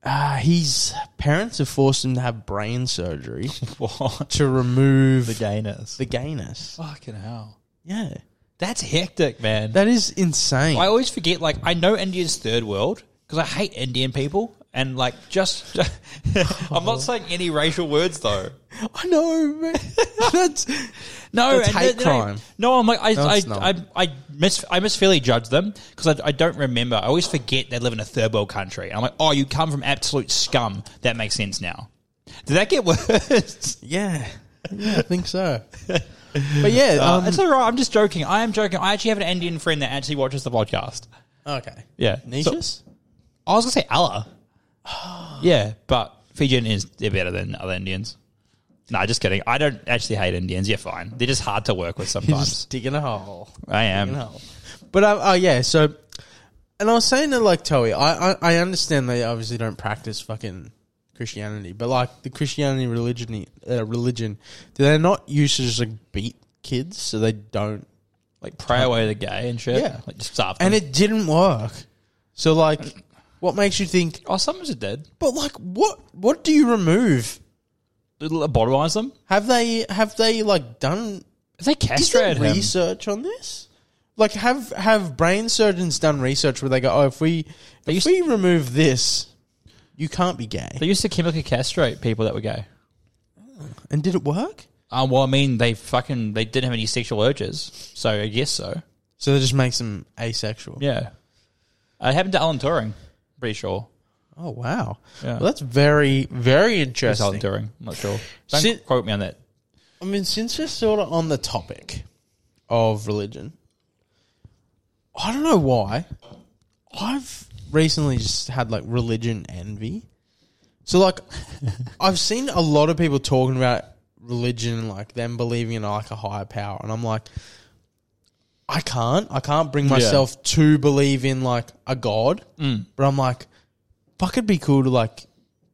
Speaker 2: Uh, his parents have forced him to have brain surgery
Speaker 1: What?
Speaker 2: to remove the,
Speaker 1: Gainers.
Speaker 2: gayness.
Speaker 1: Fucking hell.
Speaker 2: Yeah.
Speaker 1: That's hectic, man.
Speaker 2: That is insane.
Speaker 1: I always forget, like, I know India's third world 'cause because I hate Indian people and like just. I'm not saying any racial words though.
Speaker 2: I know, man. That's
Speaker 1: No, and
Speaker 2: That's hate
Speaker 1: they- they don't-
Speaker 2: crime.
Speaker 1: No, I'm like I
Speaker 2: No,
Speaker 1: I,
Speaker 2: it's not.
Speaker 1: I I mis I misfairly judge them because I, I don't remember. I always forget they live in a third world country. And I'm like, oh, you come from absolute scum. That makes sense now. Did that get worse?
Speaker 2: yeah. yeah. I think so. But yeah, um,
Speaker 1: it's Uh, all right. I'm just joking. I am joking. I actually have an Indian friend that actually watches the podcast.
Speaker 2: okay.
Speaker 1: Yeah, So-
Speaker 2: Niches?
Speaker 1: I was gonna say Allah. yeah, but Fijian is they're better than other Indians. No, just kidding. I don't actually hate Indians. You're fine. They're just hard to work with
Speaker 2: You're
Speaker 1: sometimes.
Speaker 2: just digging a hole.
Speaker 1: I am.
Speaker 2: Digging a hole. Um, But uh, oh yeah, so and I was saying to like Toey, I, I I understand they obviously don't practice fucking Christianity, but like the Christianity religion uh, religion, do they not used to just like beat kids so they don't?
Speaker 1: Like pray away the gay and shit.
Speaker 2: Yeah.
Speaker 1: like just starve them.
Speaker 2: And it didn't work. So like, what makes you think?
Speaker 1: oh, sometimes it did.
Speaker 2: But like, what what do you remove?
Speaker 1: Little Lobotomize them.
Speaker 2: Have they have they like done
Speaker 1: If they
Speaker 2: Is there
Speaker 1: castrated him,
Speaker 2: research on this? Like, have have brain surgeons done research where they go, oh, if we if
Speaker 1: used-
Speaker 2: we remove this, you can't be gay?
Speaker 1: they used to chemically castrate people that were gay.
Speaker 2: And did it work?
Speaker 1: Um, well, I mean, they fucking they didn't have any sexual urges, so I guess so.
Speaker 2: So that just makes them asexual.
Speaker 1: Yeah, Uh, it happened to Alan Turing. Pretty sure.
Speaker 2: Oh wow,
Speaker 1: Yeah.
Speaker 2: well, that's very very
Speaker 1: It's Alan
Speaker 2: interesting.
Speaker 1: Turing. I'm not sure. Don't
Speaker 2: Sit-
Speaker 1: quote me on that.
Speaker 2: I mean, since we're sort of on the topic of religion, I don't know why. I've recently just had like religion envy. So, like, I've seen a lot of people talking about religion and like them believing in like a higher power. And I'm like, I can't. I can't bring myself to believe in like a God. But I'm like, fuck, it'd be cool to like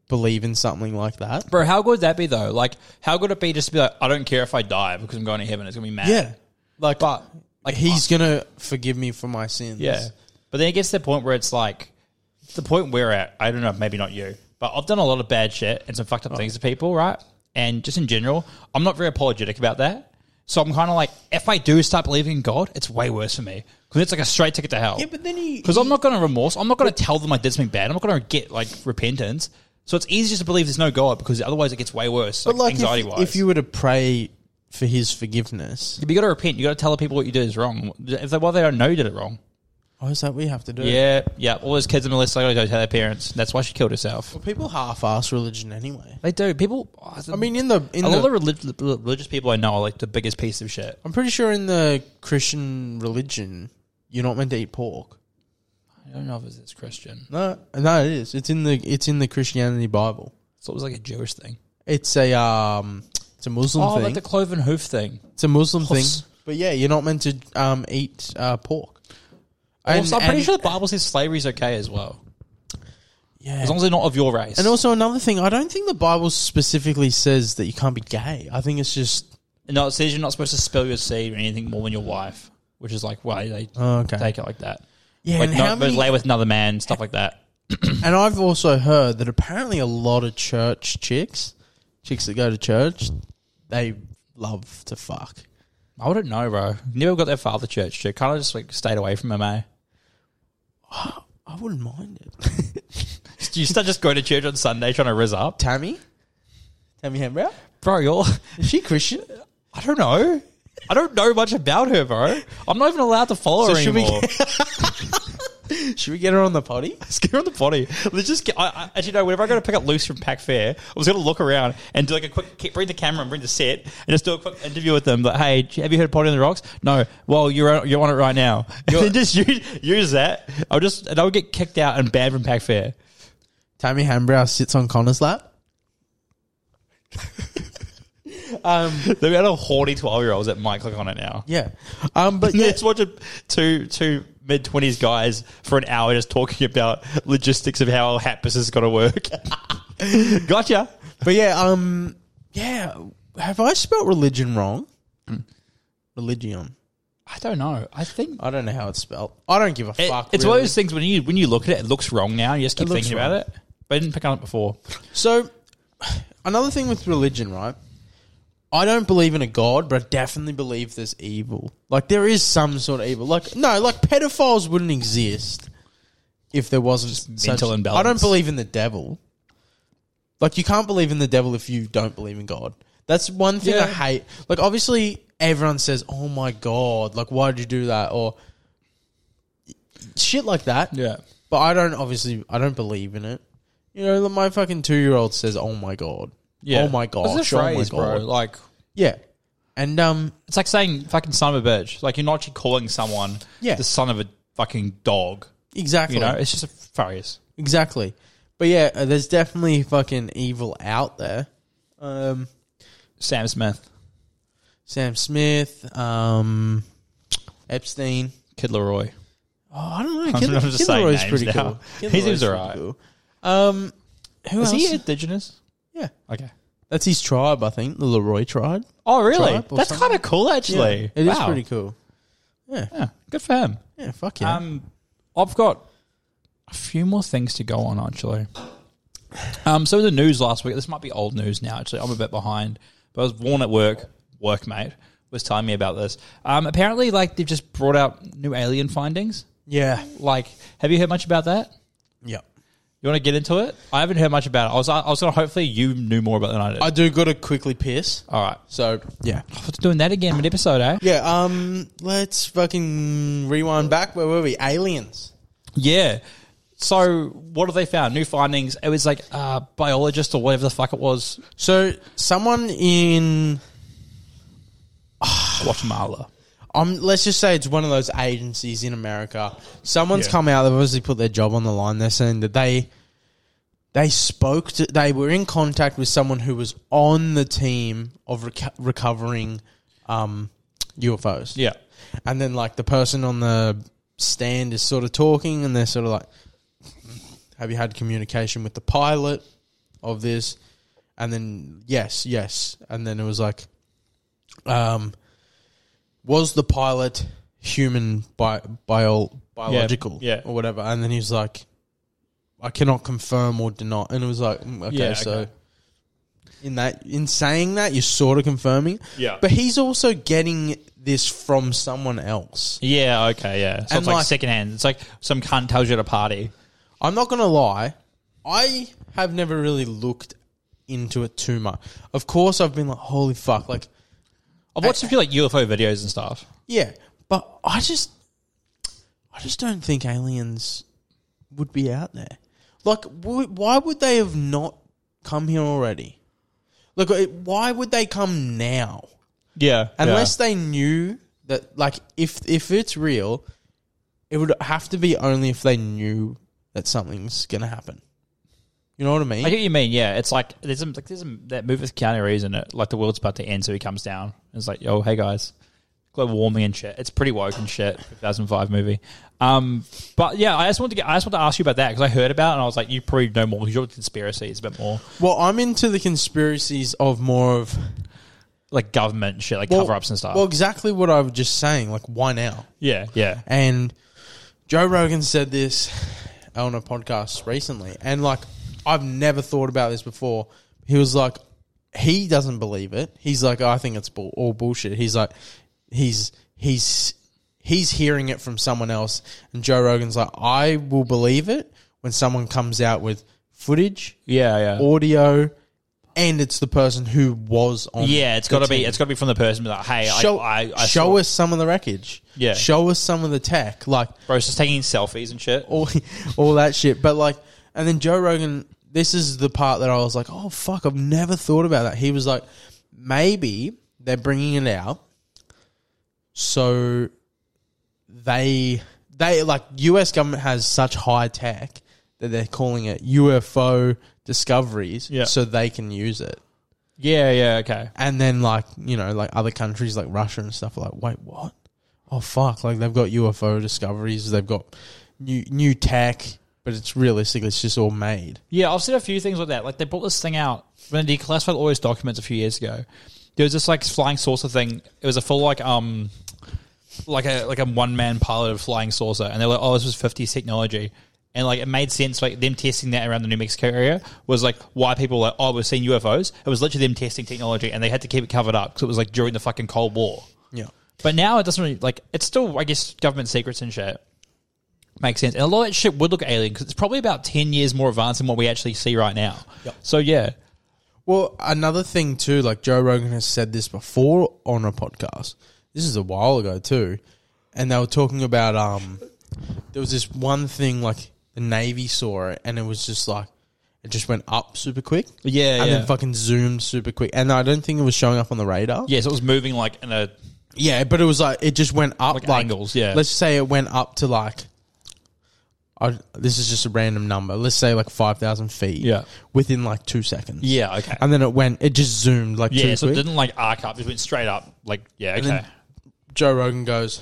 Speaker 2: believe in something like that.
Speaker 1: Bro, how good would that be though? Like, how good it be just to be like, I don't care if I die because I'm going to heaven. It's gonna be mad.
Speaker 2: Yeah. Like,
Speaker 1: but
Speaker 2: Like he's gonna forgive me for my sins.
Speaker 1: yeah. But then it gets to the point where it's like, the point we're at. I don't know. Maybe not you, but I've done a lot of bad shit and some fucked
Speaker 2: Oh.
Speaker 1: up things to people, right? And just in general, I'm not very apologetic about that. So I'm kind of like, if I do start believing in God, it's way worse for me because it's like a straight ticket to hell.
Speaker 2: Yeah, but then he
Speaker 1: Because I'm not going to remorse. I'm not going to tell them I did something bad. I'm not going to get like repentance. So it's easier to believe there's no God because otherwise it gets way worse,
Speaker 2: but like
Speaker 1: anxiety
Speaker 2: if,
Speaker 1: wise.
Speaker 2: if you were to pray for his forgiveness,
Speaker 1: But you got to repent. You got to tell the people what you did is wrong. If they, well, they don't know you did it wrong.
Speaker 2: oh, is that what you have to do?
Speaker 1: Yeah, yeah. All those kids in Melissa, they got to go tell their parents. That's why she killed herself.
Speaker 2: Well, people half-ass religion anyway.
Speaker 1: They do. People.
Speaker 2: I mean, in the in
Speaker 1: a lot of
Speaker 2: the,
Speaker 1: the religious, religious people I know are like the biggest piece of shit.
Speaker 2: I'm pretty sure in the Christian religion, you're not meant to eat pork.
Speaker 1: I don't know if it's Christian.
Speaker 2: No, no, it is. It's in the it's in the Christianity Bible.
Speaker 1: So it was like a Jewish thing.
Speaker 2: It's a um, it's a Muslim
Speaker 1: Oh,
Speaker 2: thing.
Speaker 1: like the cloven hoof thing.
Speaker 2: it's a Muslim
Speaker 1: Horse.
Speaker 2: thing. But yeah, you're not meant to um eat uh, pork.
Speaker 1: also, I'm pretty
Speaker 2: and-
Speaker 1: sure the Bible says slavery's okay as well,
Speaker 2: Yeah,
Speaker 1: as long as they're not of your race.
Speaker 2: And also another thing, I don't think the Bible specifically says that you can't be gay. I think it's just
Speaker 1: no, it says you're not supposed to spill your seed or anything more than your wife, which is like why they
Speaker 2: Oh, okay.
Speaker 1: take it like that.
Speaker 2: yeah.
Speaker 1: like
Speaker 2: and,
Speaker 1: not
Speaker 2: how many-
Speaker 1: lay with another man, stuff like that.
Speaker 2: and I've also heard that apparently a lot of church chicks, chicks that go to church, they love to fuck.
Speaker 1: I wouldn't know, bro. Never got that father church shit. Kind of just like stayed away from him, eh?
Speaker 2: I wouldn't mind it.
Speaker 1: You start just going to church on Sunday trying to rizz up,
Speaker 2: Tammy, Tammy Hambrow,
Speaker 1: bro. You're,
Speaker 2: is she Christian?
Speaker 1: I don't know. I don't know much about her, bro. I'm not even allowed to follow
Speaker 2: So
Speaker 1: her
Speaker 2: should we-
Speaker 1: anymore.
Speaker 2: Should we get her on the potty?
Speaker 1: Let's get her on the body. Let's just get. I, I, as you know, whenever I go to pick up Luce from Pack Fair, I was going to look around and do like a quick keep- bring the camera and bring the set and just do a quick interview with them. Like, hey, j- have you heard Potty on the Rocks? No. Well, you're on, you're on it right now. And then just use, use that. I'll just and I'll get kicked out and banned from Pack Fair.
Speaker 2: Tammy Hambrow sits on Connor's lap. um.
Speaker 1: The amount of horny twelve year olds that might click on it now.
Speaker 2: Yeah. Um. But
Speaker 1: Yeah,
Speaker 2: yeah.
Speaker 1: it's watching two two mid twenties guys for an hour just talking about logistics of how hat business is going to work. gotcha.
Speaker 2: But yeah, um, yeah. Have I spelt religion wrong? Mm. Religion.
Speaker 1: I don't know. I think
Speaker 2: I don't know how it's spelt. I don't give a
Speaker 1: It-
Speaker 2: fuck.
Speaker 1: it's
Speaker 2: really.
Speaker 1: one of those things when you when you look at it, it looks wrong now. You just keep
Speaker 2: It looks
Speaker 1: thinking
Speaker 2: wrong.
Speaker 1: about it. But I didn't pick on it before.
Speaker 2: So, another thing with religion, right? I don't believe in a god, but I definitely believe there's evil. Like there is some sort of evil. Like no, like pedophiles wouldn't exist if there wasn't such,
Speaker 1: mental
Speaker 2: I don't
Speaker 1: imbalance.
Speaker 2: believe in the devil. Like you can't believe in the devil if you don't believe in God. That's one thing I
Speaker 1: Yeah.
Speaker 2: hate. Like obviously everyone says, "Oh my god, like why did you do that?" or shit like that.
Speaker 1: Yeah.
Speaker 2: But I don't obviously I don't believe in it. You know, like my fucking 2-year-old says, "Oh my god."
Speaker 1: Yeah.
Speaker 2: Oh my
Speaker 1: That's
Speaker 2: gosh.
Speaker 1: a
Speaker 2: Oh my
Speaker 1: phrase, bro.
Speaker 2: god.
Speaker 1: Like
Speaker 2: Yeah. And um
Speaker 1: it's like saying fucking son of a bitch. Like you're not actually calling someone
Speaker 2: Yeah.
Speaker 1: the son of a fucking dog.
Speaker 2: exactly.
Speaker 1: You know, it's just a phrase.
Speaker 2: Exactly. But yeah, uh, there's definitely fucking evil out there. Um,
Speaker 1: Sam Smith,
Speaker 2: Sam Smith, um, Epstein.
Speaker 1: Kid Leroy.
Speaker 2: Oh, I don't know.
Speaker 1: I'm
Speaker 2: Kid,
Speaker 1: not just
Speaker 2: Kid
Speaker 1: saying
Speaker 2: Leroy's
Speaker 1: names
Speaker 2: pretty
Speaker 1: now.
Speaker 2: cool. Kid
Speaker 1: He
Speaker 2: Leroy's
Speaker 1: seems
Speaker 2: pretty
Speaker 1: alright.
Speaker 2: cool. Um, who
Speaker 1: Is
Speaker 2: else?
Speaker 1: he indigenous?
Speaker 2: yeah,
Speaker 1: Okay.
Speaker 2: that's his tribe. I think the Leroy tribe.
Speaker 1: Oh really?
Speaker 2: Tribe or
Speaker 1: That's
Speaker 2: something?
Speaker 1: kind of cool actually.
Speaker 2: it is
Speaker 1: Wow.
Speaker 2: pretty cool. Yeah,
Speaker 1: Yeah, good for him.
Speaker 2: yeah, fuck yeah.
Speaker 1: Um, I've got a few more things to go on actually. Um, so the news last week. This might be old news now. Actually, I'm a bit behind, but I was warned at work. Workmate was telling me about this. Um, apparently, like they've just brought out new alien findings.
Speaker 2: yeah,
Speaker 1: Like, have you heard much about that?
Speaker 2: yeah.
Speaker 1: You want to get into it? I haven't heard much about it. I was, I was gonna. Hopefully, you knew more about it than I did.
Speaker 2: I do gotta quickly piss.
Speaker 1: All right,
Speaker 2: So yeah,
Speaker 1: What's doing that again. Mid episode, eh?
Speaker 2: yeah. Um, let's fucking rewind back. Where were we? Aliens.
Speaker 1: Yeah. So, what have they found? New findings. It was like uh, biologist or whatever the fuck it was,
Speaker 2: So someone in
Speaker 1: Guatemala.
Speaker 2: um, let's just say it's one of those agencies in America. Someone's
Speaker 1: Yeah.
Speaker 2: come out. They've obviously put their job on the line. They're saying that they they spoke to they were in contact with someone who was on the team of reco- recovering um, UFOs.
Speaker 1: Yeah.
Speaker 2: And then like the person on the stand is sort of talking, and they're sort of like, "Have you had communication with the pilot of this?" And then yes, yes, and then it was like, um, was the pilot human bi- bio- biological
Speaker 1: yeah.
Speaker 2: or whatever? And then he was like, I cannot confirm or deny. And it was like, mm, okay,
Speaker 1: Yeah,
Speaker 2: so
Speaker 1: okay.
Speaker 2: in that, in saying that, you're sort of confirming.
Speaker 1: Yeah.
Speaker 2: But he's also getting this from someone else.
Speaker 1: Yeah, okay, yeah. So
Speaker 2: And
Speaker 1: it's like,
Speaker 2: like-
Speaker 1: secondhand. It's like some cunt tells you at a party.
Speaker 2: I'm not gonna lie, I have never really looked into it too much. Of course, I've been like, holy fuck, like.
Speaker 1: I've watched a few like UFO videos and stuff.
Speaker 2: Yeah, but I just, I just don't think aliens would be out there. Like, wh- why would they have not come here already? Like, it- why would they come now?
Speaker 1: Yeah.
Speaker 2: Unless they knew that, like, if if it's real, it would have to be only if they knew that something's gonna happen. You know what I mean?
Speaker 1: I get what you mean, yeah. It's like there's some, like there's some, that movie with Keanu Reeves in it. Like the world's about to end, so he comes down and it's like, "Yo, hey guys, global warming and shit." It's pretty woke and shit. 2005 movie. Um, but yeah, I just wanted to get, I just wanted to ask you about that because I heard about it and I was like, you probably know more because you're into conspiracies a bit more,
Speaker 2: well, I'm into the conspiracies of more of
Speaker 1: like government and shit, like
Speaker 2: well,
Speaker 1: cover ups and stuff.
Speaker 2: Well, exactly what I was just saying. Like, why now?
Speaker 1: yeah, yeah,
Speaker 2: And Joe Rogan said this on a podcast recently. And like, I've never thought about this before. He was like, he doesn't believe it. He's like, "Oh, I think it's bull- all bullshit. He's like, he's, he's, he's hearing it from someone else. And Joe Rogan's like, I will believe it when someone comes out with footage,
Speaker 1: yeah, yeah.
Speaker 2: audio, and it's the person who was on
Speaker 1: yeah, it's
Speaker 2: the
Speaker 1: got to be.
Speaker 2: team
Speaker 1: It's got to be from the person. Be like, hey,
Speaker 2: show,
Speaker 1: I, I, I
Speaker 2: show
Speaker 1: saw-
Speaker 2: us some of the wreckage.
Speaker 1: Yeah.
Speaker 2: Show us some of the tech, like
Speaker 1: bro's just taking selfies and shit.
Speaker 2: all all that shit. But like, and then Joe Rogan. This is the part that I was like, oh fuck, I've never thought about that. He was like, maybe they're bringing it out, so they they like U.S. government has such high tech that they're calling it UFO discoveries,
Speaker 1: Yeah.
Speaker 2: so they can use it.
Speaker 1: Yeah, yeah, okay.
Speaker 2: And then like, you know, like other countries like Russia and stuff are like, wait, what? Oh fuck, like they've got UFO discoveries, they've got new new tech, but it's realistic, it's just all made.
Speaker 1: Yeah, I've seen a few things like that. Like they brought this thing out when they declassified all those documents a few years ago. There was this like flying saucer thing. It was a full like um like a like a one man pilot of flying saucer, and they were like, "Oh, this was 50s technology," and like it made sense. Like them testing that around the New Mexico area was like why people were like, "Oh, we're seeing UFOs." It was literally them testing technology, and they had to keep it covered up because it was like during the fucking Cold War.
Speaker 2: Yeah.
Speaker 1: But now it doesn't really like it's still I guess government secrets and shit. Makes sense. And a lot of that shit would look alien because it's probably about 10 years more advanced than what we actually see right now. So, yeah.
Speaker 2: Well, another thing too, like Joe Rogan has said this before on a podcast. This is a while ago too, and they were talking about um, there was this one thing like the Navy saw it, and it was just like it just went up super quick,
Speaker 1: Yeah,
Speaker 2: and
Speaker 1: yeah.
Speaker 2: then fucking zoomed super quick, and I don't think it was showing up on the radar.
Speaker 1: Yes, it was moving like in a.
Speaker 2: Yeah, but it was like it just went up
Speaker 1: Like
Speaker 2: like,
Speaker 1: angles, yeah.
Speaker 2: Let's say it went up to like, I, this is just a random number. Let's say like five thousand feet.
Speaker 1: Yeah.
Speaker 2: within like two seconds.
Speaker 1: Yeah, okay.
Speaker 2: and then it went. It just zoomed like
Speaker 1: yeah,
Speaker 2: too
Speaker 1: so it
Speaker 2: quick.
Speaker 1: didn't like arc up. It went straight up. Like, yeah, okay.
Speaker 2: And then Joe Rogan goes,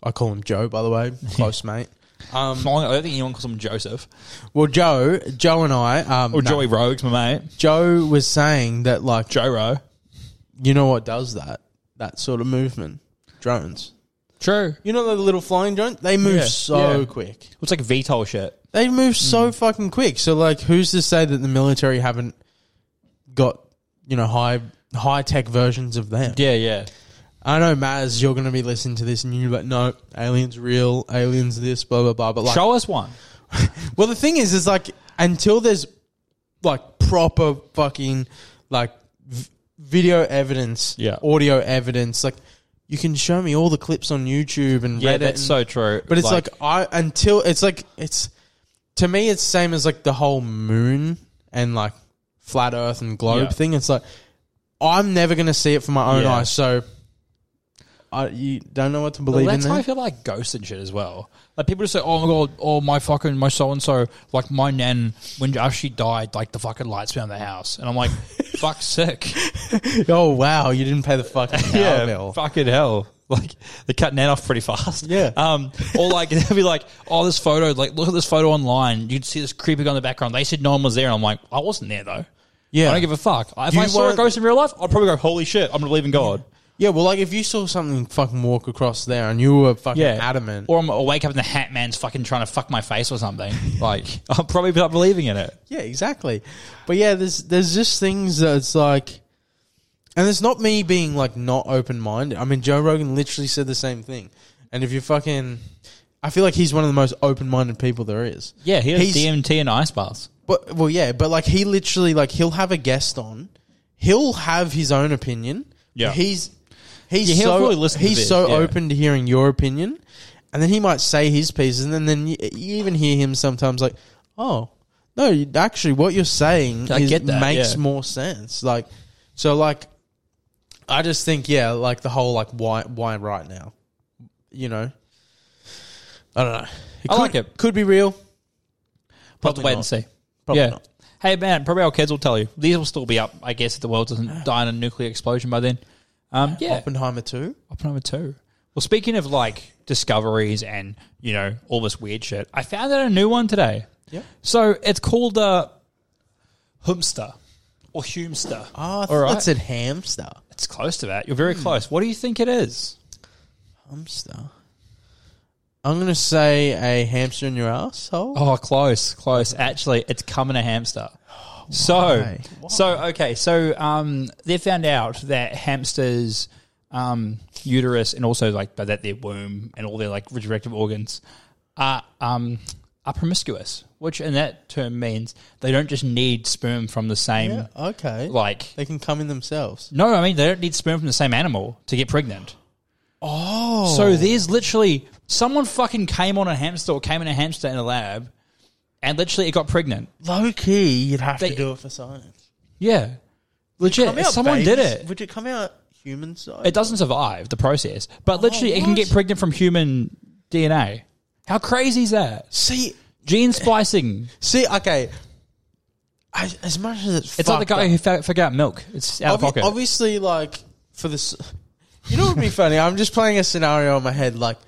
Speaker 2: I call him Joe, by the way, close mate. Um,
Speaker 1: I don't think anyone calls him Joseph.
Speaker 2: well, Joe, Joe and I, um,
Speaker 1: Or
Speaker 2: no,
Speaker 1: Joey Rogues, my mate.
Speaker 2: Joe was saying that like,
Speaker 1: Joe Rowe.
Speaker 2: you know what does that? That sort of movement, drones.
Speaker 1: True.
Speaker 2: You know the little flying drone? They move
Speaker 1: Yeah,
Speaker 2: so
Speaker 1: yeah.
Speaker 2: quick.
Speaker 1: It's like VTOL shit.
Speaker 2: They move
Speaker 1: Hmm.
Speaker 2: so fucking quick. So like, who's to say that the military haven't got you know high high tech versions of them?
Speaker 1: Yeah, yeah.
Speaker 2: I know, Maz, you're going to be listening to this, and you're like, no, aliens real, aliens this, blah blah blah. But like,
Speaker 1: Show us one.
Speaker 2: Well, the thing is, is like until there's like proper fucking like v- video evidence,
Speaker 1: Yeah.
Speaker 2: audio evidence, like you can show me all the clips on YouTube and
Speaker 1: Yeah,
Speaker 2: Reddit.
Speaker 1: that's
Speaker 2: and-
Speaker 1: so true.
Speaker 2: but it's like, I until it's like it's to me it's same as like the whole moon and like flat Earth and globe
Speaker 1: Yeah.
Speaker 2: thing. It's like I'm never gonna see it for my own
Speaker 1: Yeah.
Speaker 2: eyes, so. I, you don't know what to
Speaker 1: Well,
Speaker 2: believe in
Speaker 1: that's
Speaker 2: there.
Speaker 1: how I feel like ghosts and shit as well. Like people just say, "Oh my god, oh my fucking my so and so." Like my nan, when after she died, like the fucking lights went on the house, and I'm like, "Fuck, sick."
Speaker 2: oh wow, you didn't pay the fucking power bill.
Speaker 1: fucking hell. Like they cut Nan off pretty fast.
Speaker 2: Yeah.
Speaker 1: Um. Or like they'd be like, "Oh, this photo. Like, look at this photo online. You'd see this creepy guy in the background. They said no one was there, and I'm like, I wasn't there though.
Speaker 2: Yeah,
Speaker 1: I don't give a fuck. If I
Speaker 2: You
Speaker 1: saw a
Speaker 2: weren't-
Speaker 1: ghost in real life, I'd probably go, "Holy shit, I'm believing God."
Speaker 2: Yeah, well, like if you saw something fucking walk across there and you were fucking
Speaker 1: yeah,
Speaker 2: adamant.
Speaker 1: Or I'm I wake up and the Hat Man's fucking trying to fuck my face or something. Like I'm probably not believing in it.
Speaker 2: yeah, exactly. But yeah, there's there's just things that it's like, and it's not me being like not open minded. I mean, Joe Rogan literally said the same thing. And if you're fucking, I feel like he's one of the most open minded people there is.
Speaker 1: Yeah, he does
Speaker 2: He's-
Speaker 1: DMT and ice baths.
Speaker 2: But well, yeah, but like he literally like he'll have a guest on, he'll have his own opinion. but
Speaker 1: Yeah.
Speaker 2: he's he's
Speaker 1: Yeah, he'll
Speaker 2: so
Speaker 1: probably listen to
Speaker 2: he's
Speaker 1: this,
Speaker 2: so
Speaker 1: yeah.
Speaker 2: open to hearing your opinion, and then he might say his pieces, and then, then you, you even hear him sometimes like, oh no, you, actually what you're saying
Speaker 1: I
Speaker 2: is,
Speaker 1: get that,
Speaker 2: makes
Speaker 1: yeah.
Speaker 2: more sense. Like so, like I just think yeah, like the whole like why why right now, you know. I don't know. It
Speaker 1: I
Speaker 2: could,
Speaker 1: like it.
Speaker 2: Could be real.
Speaker 1: We'll have to
Speaker 2: Probably
Speaker 1: wait
Speaker 2: not.
Speaker 1: and see.
Speaker 2: Probably
Speaker 1: yeah.
Speaker 2: not.
Speaker 1: Hey man, probably our kids will tell you. These will still be up, I guess, if the world doesn't die in a nuclear explosion by then. Um, yeah.
Speaker 2: Oppenheimer too.
Speaker 1: Oppenheimer two. Well, speaking of like discoveries and you know all this weird shit, I found out a new one today.
Speaker 2: Yeah.
Speaker 1: So it's called uh, Humster or Humster.
Speaker 2: Oh, I
Speaker 1: All
Speaker 2: thought
Speaker 1: right.
Speaker 2: it said hamster.
Speaker 1: It's close to that. You're very close. What do you think it is?
Speaker 2: Hamster. I'm gonna say a hamster in your asshole.
Speaker 1: Oh, close, close. Actually, it's coming a hamster. So,
Speaker 2: Why?
Speaker 1: so okay, so um, they found out that hamsters' um, uterus and also like by that their womb and all their like reproductive organs are um, are promiscuous, which in that term means they don't just need sperm from the same
Speaker 2: Okay.
Speaker 1: like.
Speaker 2: They can come in themselves.
Speaker 1: No, I mean they don't need sperm from the same animal to get pregnant.
Speaker 2: Oh.
Speaker 1: So there's literally someone fucking came on a hamster or came in a hamster in a lab, and literally it got pregnant.
Speaker 2: low key, you'd have
Speaker 1: They-
Speaker 2: to do it for science.
Speaker 1: Yeah, legit.
Speaker 2: Come out
Speaker 1: Someone did
Speaker 2: babies-
Speaker 1: it.
Speaker 2: Would it come out human size?
Speaker 1: It doesn't survive the process, but literally it can
Speaker 2: what?
Speaker 1: get pregnant from human DNA. How crazy is that?
Speaker 2: see,
Speaker 1: Gene splicing.
Speaker 2: see, okay. As, as much as it's,
Speaker 1: It's like the
Speaker 2: fucked
Speaker 1: guy
Speaker 2: up-
Speaker 1: who fa- figured out milk. It's out of
Speaker 2: Obvi-
Speaker 1: pocket.
Speaker 2: Obviously, like for this, you know, what would be funny. I'm just playing a scenario in my head. Like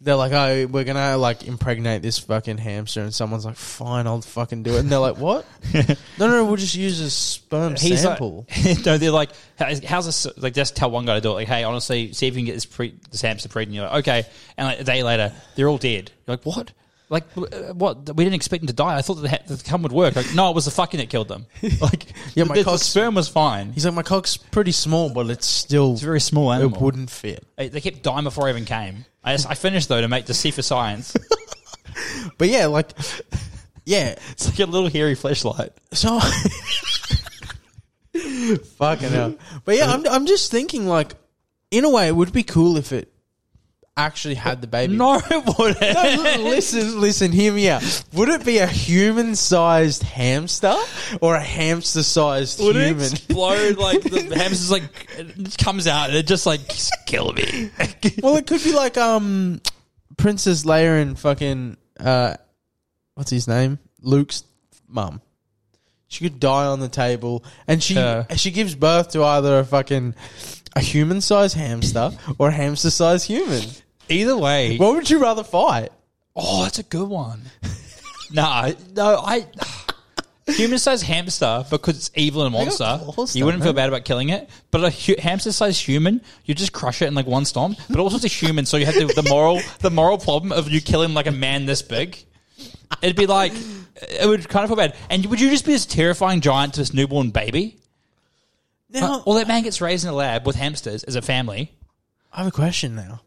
Speaker 2: they're like, "Oh, we're gonna like impregnate this fucking hamster," and someone's like, "Fine, I'll fucking do it." And they're like, "What? no, no, we'll just use a sperm
Speaker 1: He's
Speaker 2: sample."
Speaker 1: like, no, they're like, "How- how's this? Like, just tell one guy to do it. Like, hey, honestly, see if you can get this pre- this hamster pregnant. You're like, okay. And like a day later, they're all dead. You're like, what? Like, uh, what? We didn't expect them to die. I thought that the, ha- that the cum would work. Like, no, it was the fucking that killed them. Like,
Speaker 2: Yeah,
Speaker 1: the,
Speaker 2: my
Speaker 1: the
Speaker 2: cock's-
Speaker 1: sperm was fine.
Speaker 2: He's like, "My cock's pretty small, but it's still
Speaker 1: It's a very small
Speaker 2: it
Speaker 1: animal.
Speaker 2: wouldn't fit."
Speaker 1: They, they kept dying before I even came. I, just, I finished though to make the C for science.
Speaker 2: But yeah, like, yeah.
Speaker 1: It's like a little hairy flashlight.
Speaker 2: So fucking hell. But yeah, I'm I'm just thinking like, in a way, it would be cool if it actually had the baby.
Speaker 1: No, it wouldn't.
Speaker 2: No, li- listen, listen, hear me out. Would it be a human-sized hamster or a hamster-sized
Speaker 1: Would it
Speaker 2: human?
Speaker 1: explode like the hamster's like it comes out and it just like just kill me.
Speaker 2: Well, it could be like um, Princess Leia and fucking uh, what's his name? Luke's mum. She could die on the table, and she
Speaker 1: Yeah.
Speaker 2: she gives birth to either a fucking a human sized hamster or a hamster sized human.
Speaker 1: Either way,
Speaker 2: What would you rather fight?
Speaker 1: oh, that's a good one. nah, no, I human-sized hamster because it's evil and a
Speaker 2: got
Speaker 1: monster.
Speaker 2: claws,
Speaker 1: You wouldn't
Speaker 2: don't
Speaker 1: feel bad about killing it, but a hu- hamster-sized human, you just crush it in like one stomp. But also, it's a human, so you have the, the moral the moral problem of you killing like a man this big. It'd be like it would kind of feel bad. And would you just be this terrifying giant to this newborn baby?
Speaker 2: Now,
Speaker 1: well, that man gets raised in a lab with hamsters as a family.
Speaker 2: I have a question now.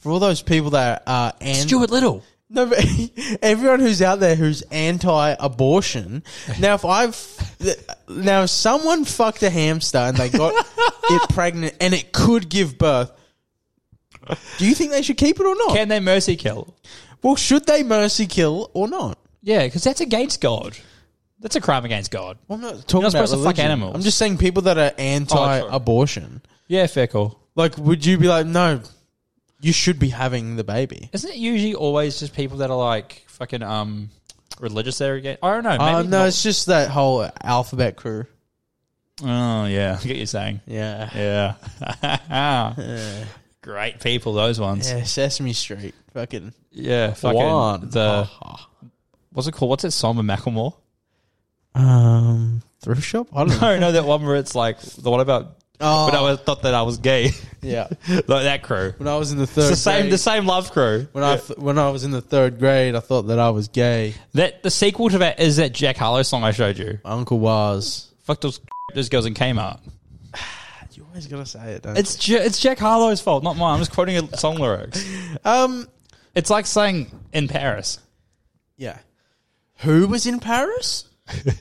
Speaker 2: For all those people that are anti,
Speaker 1: Stuart Little.
Speaker 2: no, but everyone who's out there who's anti-abortion. Now, if I've now if someone fucked a hamster and they got it pregnant and it could give birth, do you think they should keep it or not?
Speaker 1: Can they mercy kill?
Speaker 2: well, should they mercy kill or not?
Speaker 1: Yeah, because that's against God. That's a crime against God.
Speaker 2: Well, I'm not talking
Speaker 1: not
Speaker 2: about
Speaker 1: supposed to fuck
Speaker 2: religion.
Speaker 1: animals. Oh,
Speaker 2: I'm just saying people that are
Speaker 1: sorry.
Speaker 2: anti-abortion.
Speaker 1: Yeah, fair call.
Speaker 2: Like, would you be like, no, you should be having the baby?
Speaker 1: Isn't it usually always just people that are like fucking um religious there again? I don't know. Maybe
Speaker 2: Uh, no,
Speaker 1: not.
Speaker 2: it's just that whole alphabet crew.
Speaker 1: Oh yeah, I get what you're saying.
Speaker 2: Yeah.
Speaker 1: Yeah. Great people, those ones. Yeah,
Speaker 2: Yeah, Sesame Street. Fucking.
Speaker 1: fucking
Speaker 2: One.
Speaker 1: the what's it called? What's that song with Macklemore?
Speaker 2: Um, thrift shop? I don't know.
Speaker 1: No, no, that one where it's like the one about
Speaker 2: Oh.
Speaker 1: when I was, thought that I was gay.
Speaker 2: Yeah.
Speaker 1: like that crew.
Speaker 2: When I was in the third
Speaker 1: It's the same,
Speaker 2: grade,
Speaker 1: the same love crew.
Speaker 2: when I th- when I was in the third grade, I thought that I was gay.
Speaker 1: That the sequel to that is that Jack Harlow song I showed you.
Speaker 2: My uncle was.
Speaker 1: Fuck those those girls in Kmart.
Speaker 2: You always gotta say it. Don't
Speaker 1: It's J- it's Jack Harlow's fault, not mine. I'm just quoting a song lyrics.
Speaker 2: you? Um.
Speaker 1: It's like saying in Paris.
Speaker 2: Yeah. Who was in Paris?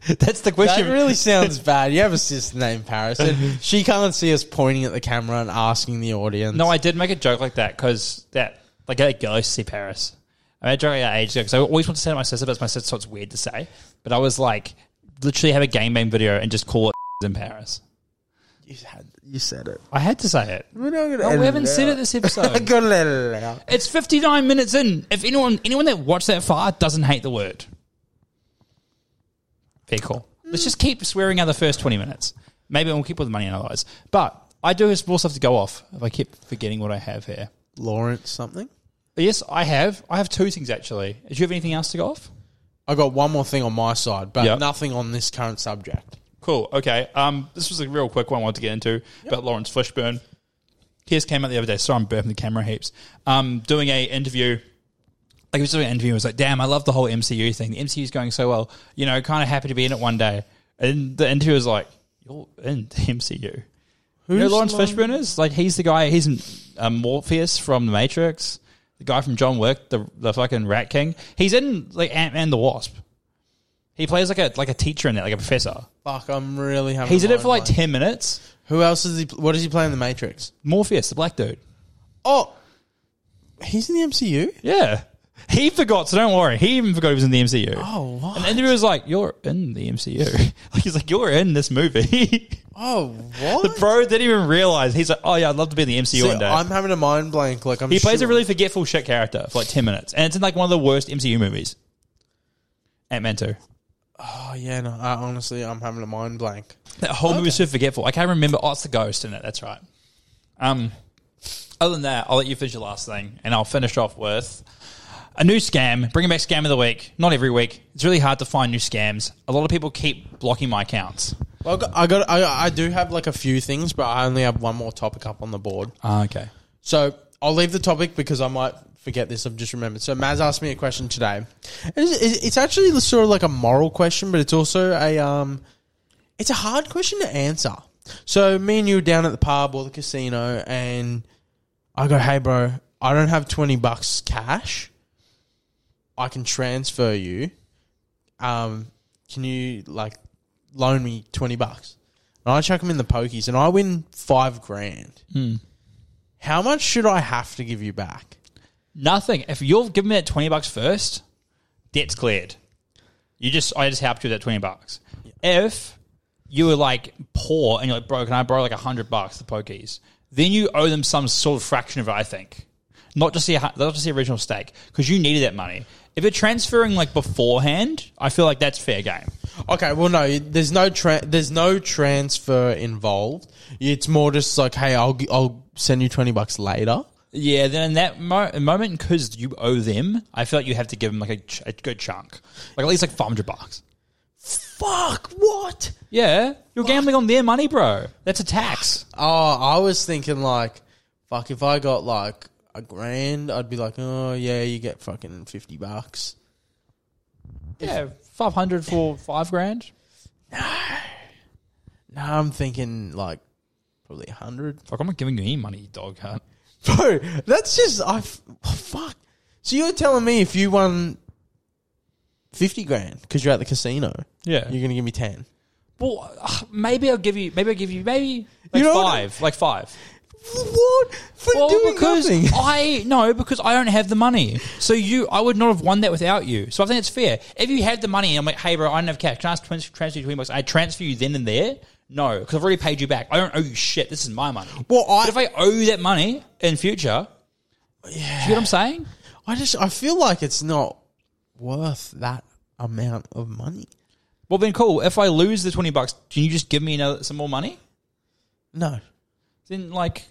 Speaker 1: That's the
Speaker 2: That
Speaker 1: question.
Speaker 2: really sounds bad. You have a sister named Paris, and she can't see us pointing at the camera and asking the audience.
Speaker 1: no, I did make a joke like that because that like that goes to see Paris. I made a joke like that ages ago because I always want to say to my sister, but it's my sister, so it's weird to say. But I was like, literally have a game bang video and just call it in Paris.
Speaker 2: you, had, you said it.
Speaker 1: I had to say it.
Speaker 2: We're not gonna.
Speaker 1: No,
Speaker 2: edit
Speaker 1: we haven't
Speaker 2: it
Speaker 1: said it
Speaker 2: out.
Speaker 1: this
Speaker 2: I
Speaker 1: episode.
Speaker 2: gotta let it out.
Speaker 1: It's 59 minutes in. If anyone anyone that watched that far doesn't hate the word. Fair call. Let's just keep swearing out the first 20 minutes. Maybe we'll keep with the money otherwise. But I do have some more stuff to go off if I keep forgetting what I have here.
Speaker 2: Lawrence something.
Speaker 1: But yes, I have. I have two things actually. Do you have anything else to go off?
Speaker 2: I got one more thing on my side, but
Speaker 1: Yep.
Speaker 2: nothing on this current subject.
Speaker 1: Cool. Okay. Um, this was a real quick one I wanted to get into about Lawrence Fishburne. He just came out the other day. Sorry, I'm burping the camera heaps. Um, doing a interview. Like he was doing an interview. and was like, "Damn, I love the whole MCU thing. The MCU is going so well. You know, kind of happy to be in it one day." And the interview was like, "You're in the MCU." you know
Speaker 2: Who's
Speaker 1: who Lawrence
Speaker 2: Lawrence-
Speaker 1: Fishburne is? Like he's the guy. He's in, um, Morpheus from The Matrix. The guy from John Wick, the the fucking Rat King. He's in like Ant Man the Wasp. He plays like a like a teacher in that, like a professor.
Speaker 2: Fuck, I'm really having.
Speaker 1: He's
Speaker 2: a
Speaker 1: in it for like
Speaker 2: mind blank.
Speaker 1: 10 minutes.
Speaker 2: Who else is he? What does he play in the Matrix?
Speaker 1: Morpheus, the black dude.
Speaker 2: Oh, he's in the MCU.
Speaker 1: Yeah. He forgot, so don't worry. He even forgot he was in the MCU.
Speaker 2: Oh, what?
Speaker 1: And the interviewer was like, You're in the MCU. Like, he's like, You're in this movie.
Speaker 2: Oh, what?
Speaker 1: the bro didn't even realize. He's like, Oh, yeah, I'd love to be in the MCU
Speaker 2: See,
Speaker 1: one day.
Speaker 2: I'm having a mind blank. Like I'm.
Speaker 1: he plays a
Speaker 2: sure-
Speaker 1: really forgetful shit character for like 10 minutes. And it's in like one of the worst MCU movies Ant Man 2.
Speaker 2: Oh yeah, no. I, honestly, I'm having a mind blank.
Speaker 1: That whole movie was so forgetful. I can't remember. Oh, it's the ghost in it. That's right. Um, other than that, I'll let you finish your last thing, and I'll finish off with a new scam. Bringing back scam of the week. Not every week. It's really hard to find new scams. A lot of people keep blocking my accounts.
Speaker 2: Well, I got. I, got, I, I do have like a few things, but I only have one more topic up on the board.
Speaker 1: Ah, okay.
Speaker 2: So I'll leave the topic because I might forget this. I've just remembered. So Maz asked me a question today. It's, it's actually sort of like a moral question, but it's also a um, it's a hard question to answer. So me and you were down at the pub or the casino, and I go, "Hey, bro, I don't have twenty bucks cash. I can transfer you. Um, can you like loan me twenty bucks? And I chuck them in the pokies, and I win five grand. How much should I have to give you back?
Speaker 1: Nothing. If you've given me that twenty bucks first, debt's cleared. You just I just helped you with that twenty bucks. If you were like poor and you're like, bro, can I borrow like hundred bucks the pokies? Then you owe them some sort of fraction of it, I think. Not just the not just the original stake, because you needed that money. If you're transferring like beforehand, I feel like that's fair game.
Speaker 2: Okay, well, no, there's no tra- there's no transfer involved. It's more just like, hey, I'll gi- I'll send you twenty bucks later.
Speaker 1: Yeah, then in that mo- moment, because you owe them, I feel like you have to give them like a, ch- a good chunk, like at least like five hundred bucks.
Speaker 2: Fuck what?
Speaker 1: Yeah, you're gambling on their money, bro. That's a tax.
Speaker 2: Oh, I was thinking like, fuck, if I got like a grand, I'd be like, oh yeah, you get fucking fifty bucks.
Speaker 1: Yeah, five hundred for five grand,
Speaker 2: Now I'm thinking like probably a hundred.
Speaker 1: Fuck, I'm not giving you any money, you dog cunt.
Speaker 2: Bro, that's just I f- oh, fuck. So you're telling me if you won fifty grand because you're at the casino,
Speaker 1: Yeah.
Speaker 2: you're gonna give me ten.
Speaker 1: Well, ugh, maybe I'll give you. Maybe I'll give you. Maybe like
Speaker 2: You know what?
Speaker 1: five. Like five.
Speaker 2: What for
Speaker 1: Well,
Speaker 2: doing
Speaker 1: because
Speaker 2: nothing?
Speaker 1: I no, because I don't have the money. So you, I would not have won that without you. So I think it's fair. If you had the money, and I'm like, hey, bro, I don't have cash. Can I ask trans- transfer you twenty bucks? I transfer you then and there. No, because I've already paid you back. I don't owe you shit. This is my money.
Speaker 2: Well, I
Speaker 1: But if I owe you that money in future, yeah. you get what I'm saying?
Speaker 2: I just I feel like it's not worth that amount of money.
Speaker 1: Well, then cool. If I lose the twenty bucks, can you just give me another some more money?
Speaker 2: No.
Speaker 1: Then like,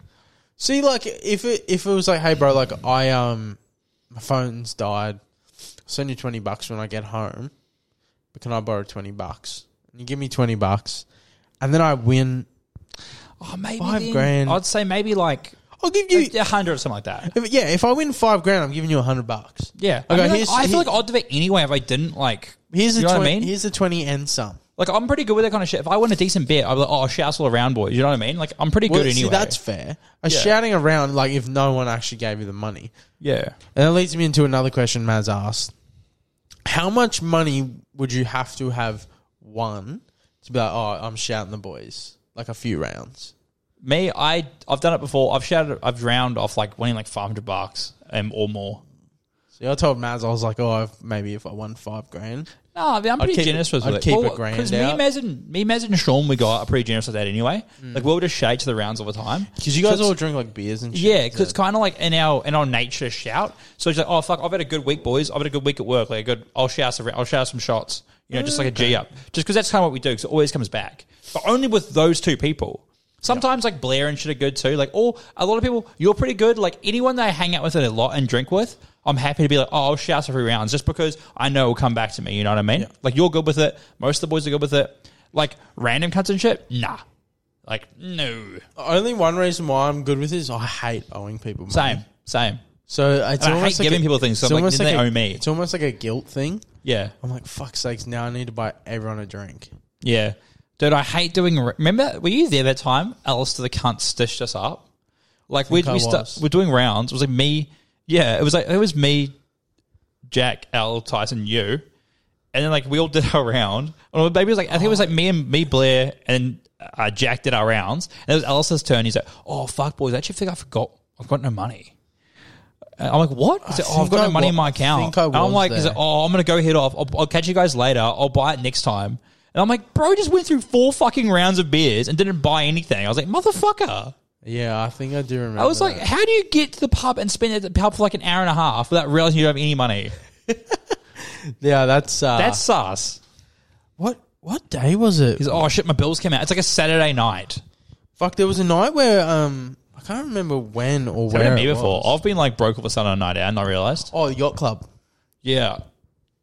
Speaker 2: See, like if it if it was like, hey, bro, like I um, my phone's died. I'll send you twenty bucks when I get home, but can I borrow twenty bucks? And you give me twenty bucks, and then I win.
Speaker 1: oh, maybe
Speaker 2: Five
Speaker 1: then-
Speaker 2: grand.
Speaker 1: I'd say maybe like
Speaker 2: I'll give you.
Speaker 1: a hundred or something like that.
Speaker 2: If, yeah, if I win five grand, I'm giving you a hundred bucks.
Speaker 1: Yeah. I,
Speaker 2: Okay,
Speaker 1: mean, like,
Speaker 2: here's-
Speaker 1: I feel
Speaker 2: here-
Speaker 1: like I'd do it anyway if I didn't like.
Speaker 2: Here's the
Speaker 1: you know
Speaker 2: 20,
Speaker 1: what I mean?
Speaker 2: Here's the twenty and some.
Speaker 1: like I'm pretty good with that kind of shit. If I win a decent bet, I'm like, oh, shouts all around, boys. You know what I mean? Like I'm pretty
Speaker 2: Well,
Speaker 1: good
Speaker 2: see,
Speaker 1: anyway.
Speaker 2: that's fair. A shouting around like if no one actually gave you the money,
Speaker 1: yeah.
Speaker 2: and that leads me into another question Maz asked: How much money would you have to have won to be like, oh, I'm shouting the boys like a few rounds?
Speaker 1: Me, I I've done it before. I've shouted, I've drowned off like winning like 500 bucks um, or more.
Speaker 2: See, I told Maz I was like, oh, if- maybe if I won five grand,
Speaker 1: No, I mean, I'm pretty
Speaker 2: keep-
Speaker 1: generous with
Speaker 2: I'd
Speaker 1: it.
Speaker 2: keep a grand
Speaker 1: me,
Speaker 2: out.
Speaker 1: Maz and me, Maz and Sean, we got are pretty generous with that anyway. Like we'll just shade to the rounds all the time.
Speaker 2: because Mm. you guys all drink like beers and shit.
Speaker 1: Yeah, because it's kind of like in our in our nature to shout. So it's like, oh fuck, I've had a good week, boys. I've had a good week at work. Like a good, I'll shout some, I'll shout some shots. You know, just like a G up, just because that's kind of what we do. Because it always comes back, but only with those two people. Sometimes like Blair and shit are good too. Like, or a lot of people, you're pretty good. Like anyone that I hang out with a lot and drink with, I'm happy to be like, oh, I'll shout every rounds just because I know it'll come back to me. You know what I mean? Like you're good with it. Most of the boys are good with it. Like random cuts and shit, nah. Like no,
Speaker 2: Only one reason why I'm good with it is I hate owing people money.
Speaker 1: same, same.
Speaker 2: So it's
Speaker 1: And I
Speaker 2: almost
Speaker 1: hate
Speaker 2: like
Speaker 1: giving
Speaker 2: a-
Speaker 1: people things, so
Speaker 2: it's
Speaker 1: I'm like,
Speaker 2: almost
Speaker 1: didn't
Speaker 2: like
Speaker 1: they owe
Speaker 2: a-
Speaker 1: me?
Speaker 2: It's almost like a guilt thing.
Speaker 1: Yeah,
Speaker 2: I'm like, fuck sakes, now I need to buy everyone a drink.
Speaker 1: yeah, dude. I hate doing. Remember, were you there that time? Alice to the cunt stitched us up. Like we
Speaker 2: I
Speaker 1: we st-
Speaker 2: was.
Speaker 1: we're doing rounds. It was like me. Yeah, it was like it was me, Jack, Al, Tyson, you, and then like we all did our round. Or maybe it was like I think it was like me and me Blair and uh, Jack did our rounds. And it was Alice's turn. He's like, "Oh fuck, boys, I actually think I forgot. I've got no money." And I'm like, "What?" He's like, "Oh, I've
Speaker 2: think
Speaker 1: got
Speaker 2: I
Speaker 1: no money in
Speaker 2: wa-
Speaker 1: my
Speaker 2: I
Speaker 1: account."
Speaker 2: think I
Speaker 1: And I'm
Speaker 2: was
Speaker 1: like, he's
Speaker 2: there.
Speaker 1: like, "Oh, I'm gonna go head off. I'll, I'll catch you guys later. I'll buy it next time." And I'm like, "Bro, just went through four fucking rounds of beers and didn't buy anything." I was like, "Motherfucker."
Speaker 2: Yeah, I think I do remember.
Speaker 1: I was like, how do you get to the pub and spend at the pub for like an hour and a half without realizing you don't have any money?
Speaker 2: yeah, that's uh,
Speaker 1: That's sus.
Speaker 2: what. What day was it?
Speaker 1: He's like, oh shit, my bills came out. It's like a Saturday night.
Speaker 2: Fuck, there was a night where um, I can't remember when or
Speaker 1: It's
Speaker 2: where
Speaker 1: happened to me
Speaker 2: it
Speaker 1: before.
Speaker 2: was.
Speaker 1: I've been like broke up with someone on a night out and I realized.
Speaker 2: Oh, yacht club.
Speaker 1: Yeah.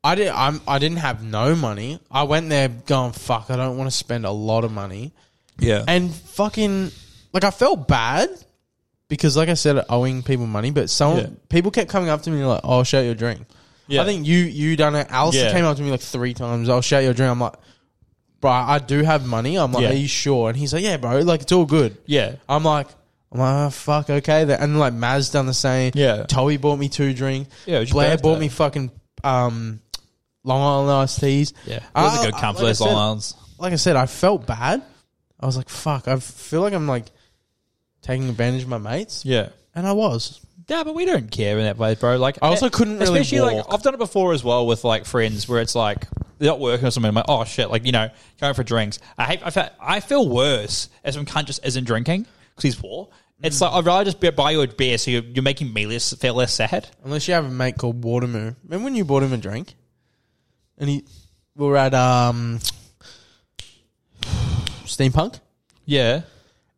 Speaker 2: I did. I'm. I didn't have no money. I went there going, fuck. I don't want to spend a lot of money.
Speaker 1: Yeah.
Speaker 2: And fucking, like, I felt bad because, like I said, owing people money. But some
Speaker 1: Yeah.
Speaker 2: people kept coming up to me like, oh, "I'll shout your drink."
Speaker 1: Yeah.
Speaker 2: I think you you done it. Alistair
Speaker 1: Yeah.
Speaker 2: came up to me like three times. I'll shout your drink. I'm like, bro, I do have money. I'm like,
Speaker 1: Yeah.
Speaker 2: are you sure? And he's like, yeah, bro. Like, it's all good.
Speaker 1: yeah.
Speaker 2: I'm like, I'm like, oh, fuck, okay. Then. And like Maz done the same.
Speaker 1: Yeah.
Speaker 2: Toey bought me two drinks.
Speaker 1: Yeah, it was your
Speaker 2: Blair
Speaker 1: birthday.
Speaker 2: bought me fucking um, Long Island iced teas.
Speaker 1: Yeah, those
Speaker 2: Uh,
Speaker 1: are good
Speaker 2: uh,
Speaker 1: come for
Speaker 2: like I
Speaker 1: those Long
Speaker 2: said-
Speaker 1: Islands.
Speaker 2: Like I said, I felt bad. I was like, fuck, I feel like I'm like taking advantage of my mates.
Speaker 1: Yeah,
Speaker 2: And I was.
Speaker 1: yeah, but we don't care in that place, bro. Like,
Speaker 2: I also couldn't really
Speaker 1: especially like
Speaker 2: walk.
Speaker 1: I've done it before as well with like friends where it's like they're not working or something. I'm like, oh shit, like you know, going for drinks. I hate. I feel, I feel worse as when cunt just isn't drinking because he's poor. It's
Speaker 2: Mm.
Speaker 1: like I'd rather just be- buy you a beer, so you're, you're making me less feel less sad.
Speaker 2: Unless you have a mate called Watermoo. Remember when you bought him a drink? And he we were at um Steampunk?
Speaker 1: Yeah,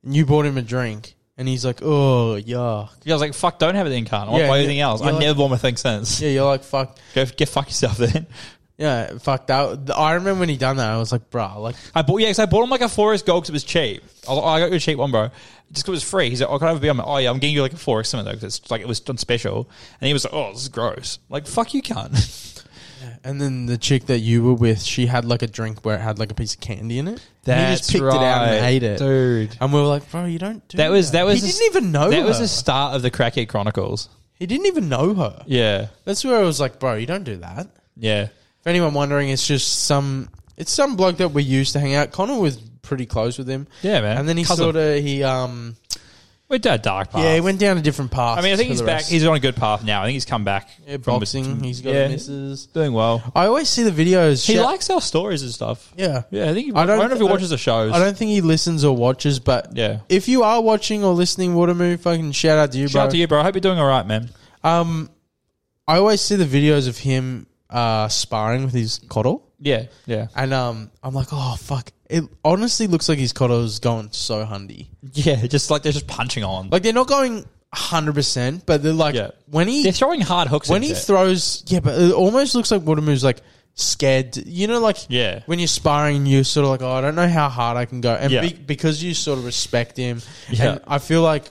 Speaker 2: And you bought him a drink and he's like, Oh yuck.
Speaker 1: because I was like, fuck, don't have anything, cunt. I want
Speaker 2: Yeah,
Speaker 1: to buy
Speaker 2: yeah.
Speaker 1: anything else.
Speaker 2: You're
Speaker 1: I
Speaker 2: like-
Speaker 1: never bought my thing since.
Speaker 2: Yeah, you're like fuck
Speaker 1: Go get fuck yourself then.
Speaker 2: yeah, fuck that I remember when he done that, I was like, bruh, like
Speaker 1: I bought yeah, 'cause I bought him like a Forest Gold because it was cheap. I, was like, oh, I got you a cheap one, bro. Just 'cause it was free. He's like, oh, can I have a beer? I'm like, oh yeah, I'm getting you like a Forest something though because it's like it was done special. And he was like, oh, this is gross. I'm like fuck you, cunt.
Speaker 2: and then the chick that you were with, she had like a drink where it had like a piece of candy in it. And he
Speaker 1: That's
Speaker 2: just picked it out and
Speaker 1: right,
Speaker 2: ate it.
Speaker 1: dude.
Speaker 2: And we were like, Bro, you don't do
Speaker 1: That was that was
Speaker 2: He
Speaker 1: a-
Speaker 2: didn't even know
Speaker 1: that
Speaker 2: her.
Speaker 1: was the start of the Crackhead Chronicles.
Speaker 2: he didn't even know her.
Speaker 1: Yeah,
Speaker 2: That's where I was like, Bro, you don't do that.
Speaker 1: yeah,
Speaker 2: If anyone wondering, it's just some it's some bloke that we used to hang out. Connor was pretty close with him.
Speaker 1: yeah, man.
Speaker 2: And then he
Speaker 1: Cousin.
Speaker 2: sort of he um
Speaker 1: went down a dark path.
Speaker 2: yeah he went down a different path.
Speaker 1: I mean, I think
Speaker 2: for
Speaker 1: he's
Speaker 2: the
Speaker 1: back.
Speaker 2: rest.
Speaker 1: He's on a good path now. I think he's come back.
Speaker 2: yeah,
Speaker 1: from-
Speaker 2: boxing.
Speaker 1: from-
Speaker 2: he's got
Speaker 1: yeah,
Speaker 2: misses.
Speaker 1: doing well.
Speaker 2: I always see the videos.
Speaker 1: He
Speaker 2: Shout-
Speaker 1: likes our stories and stuff.
Speaker 2: yeah.
Speaker 1: Yeah, I think. He,
Speaker 2: I
Speaker 1: I,
Speaker 2: don't-
Speaker 1: don't, know if he
Speaker 2: I
Speaker 1: watches the shows.
Speaker 2: I don't think he listens or watches, but
Speaker 1: yeah.
Speaker 2: if you are watching or listening, Watermoo, fucking shout out to you,
Speaker 1: Shout
Speaker 2: bro.
Speaker 1: out to you, bro. I hope you're doing all right, man.
Speaker 2: Um, I always see the videos of him uh sparring with his coddle.
Speaker 1: Yeah, yeah,
Speaker 2: And um, I'm like, oh fuck! It honestly looks like his coddle's going so hundy.
Speaker 1: yeah. Just like they're just punching on.
Speaker 2: Like they're not going hundred percent, but they're like
Speaker 1: Yeah.
Speaker 2: when he
Speaker 1: they're throwing hard hooks.
Speaker 2: when
Speaker 1: into
Speaker 2: he
Speaker 1: it.
Speaker 2: throws, yeah, but it almost looks like Watermoo's like scared. You know, like
Speaker 1: Yeah.
Speaker 2: when you're sparring, you're sort of like, oh, I don't know how hard I can go, and
Speaker 1: Yeah.
Speaker 2: be, because you sort of respect him,
Speaker 1: Yeah.
Speaker 2: and I feel like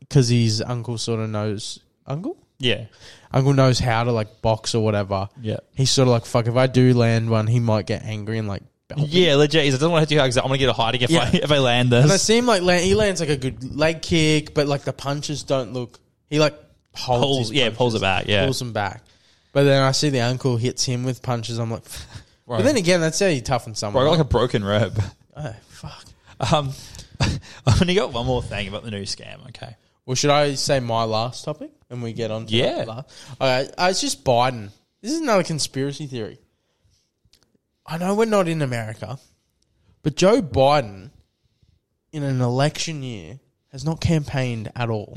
Speaker 2: because his uncle sort of knows uncle.
Speaker 1: yeah,
Speaker 2: Uncle knows how to like box or whatever.
Speaker 1: Yeah.
Speaker 2: He's sort of like, fuck, if I do land one, he might get angry and like belt me.
Speaker 1: yeah, legit. He's like, I don't want to do because I'm gonna get a high to get
Speaker 2: Yeah.
Speaker 1: if I land
Speaker 2: And I
Speaker 1: this.
Speaker 2: see him like land, he lands like a good leg kick, but like the punches don't look. He like holds,
Speaker 1: Pulls,
Speaker 2: his
Speaker 1: yeah, pulls it
Speaker 2: punches,
Speaker 1: back. Yeah,
Speaker 2: pulls them back. But then I see the uncle hits him with punches. I'm like, but then again, that's how you
Speaker 1: bro,
Speaker 2: toughen
Speaker 1: I
Speaker 2: someone.
Speaker 1: got like
Speaker 2: up.
Speaker 1: a broken rib.
Speaker 2: oh fuck.
Speaker 1: Um, I've only got one more thing about the new scam. Okay.
Speaker 2: Well, should I say my last topic and we get on? To
Speaker 1: Yeah.
Speaker 2: that last? All right. Uh, it's just Biden. This is another conspiracy theory. I know we're not in America, but Joe Biden, in an election year, has not campaigned at all.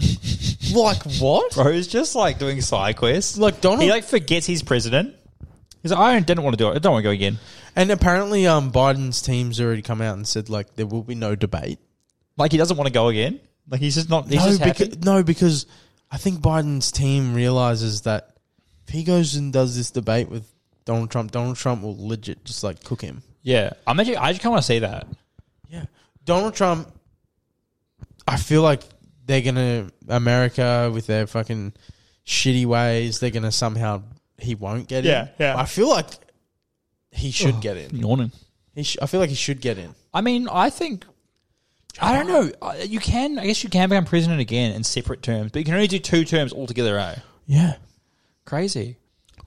Speaker 2: like what?
Speaker 1: Bro, he's just like doing side quests.
Speaker 2: Like Donald,
Speaker 1: he like forgets he's president. He's like, I didn't want to do it. I don't want to go again.
Speaker 2: and apparently, um, Biden's team's already come out and said like there will be no debate.
Speaker 1: Like he doesn't want to go again. Like he's just not. He's
Speaker 2: no,
Speaker 1: just happy.
Speaker 2: because, no, because I think Biden's team realizes that if he goes and does this debate with Donald Trump, Donald Trump will legit just like cook him.
Speaker 1: yeah, I'm actually. I just kind of want to say that.
Speaker 2: Yeah, Donald Trump. I feel like they're gonna America with their fucking shitty ways. They're gonna somehow he won't get
Speaker 1: Yeah,
Speaker 2: in.
Speaker 1: yeah.
Speaker 2: I feel like he should get in.
Speaker 1: Yawning.
Speaker 2: He sh- I feel like he should get in.
Speaker 1: I mean, I think I don't know. I- You can, I guess, you can become president again in separate terms, but you can only do two terms altogether. Eh?
Speaker 2: Yeah.
Speaker 1: Crazy.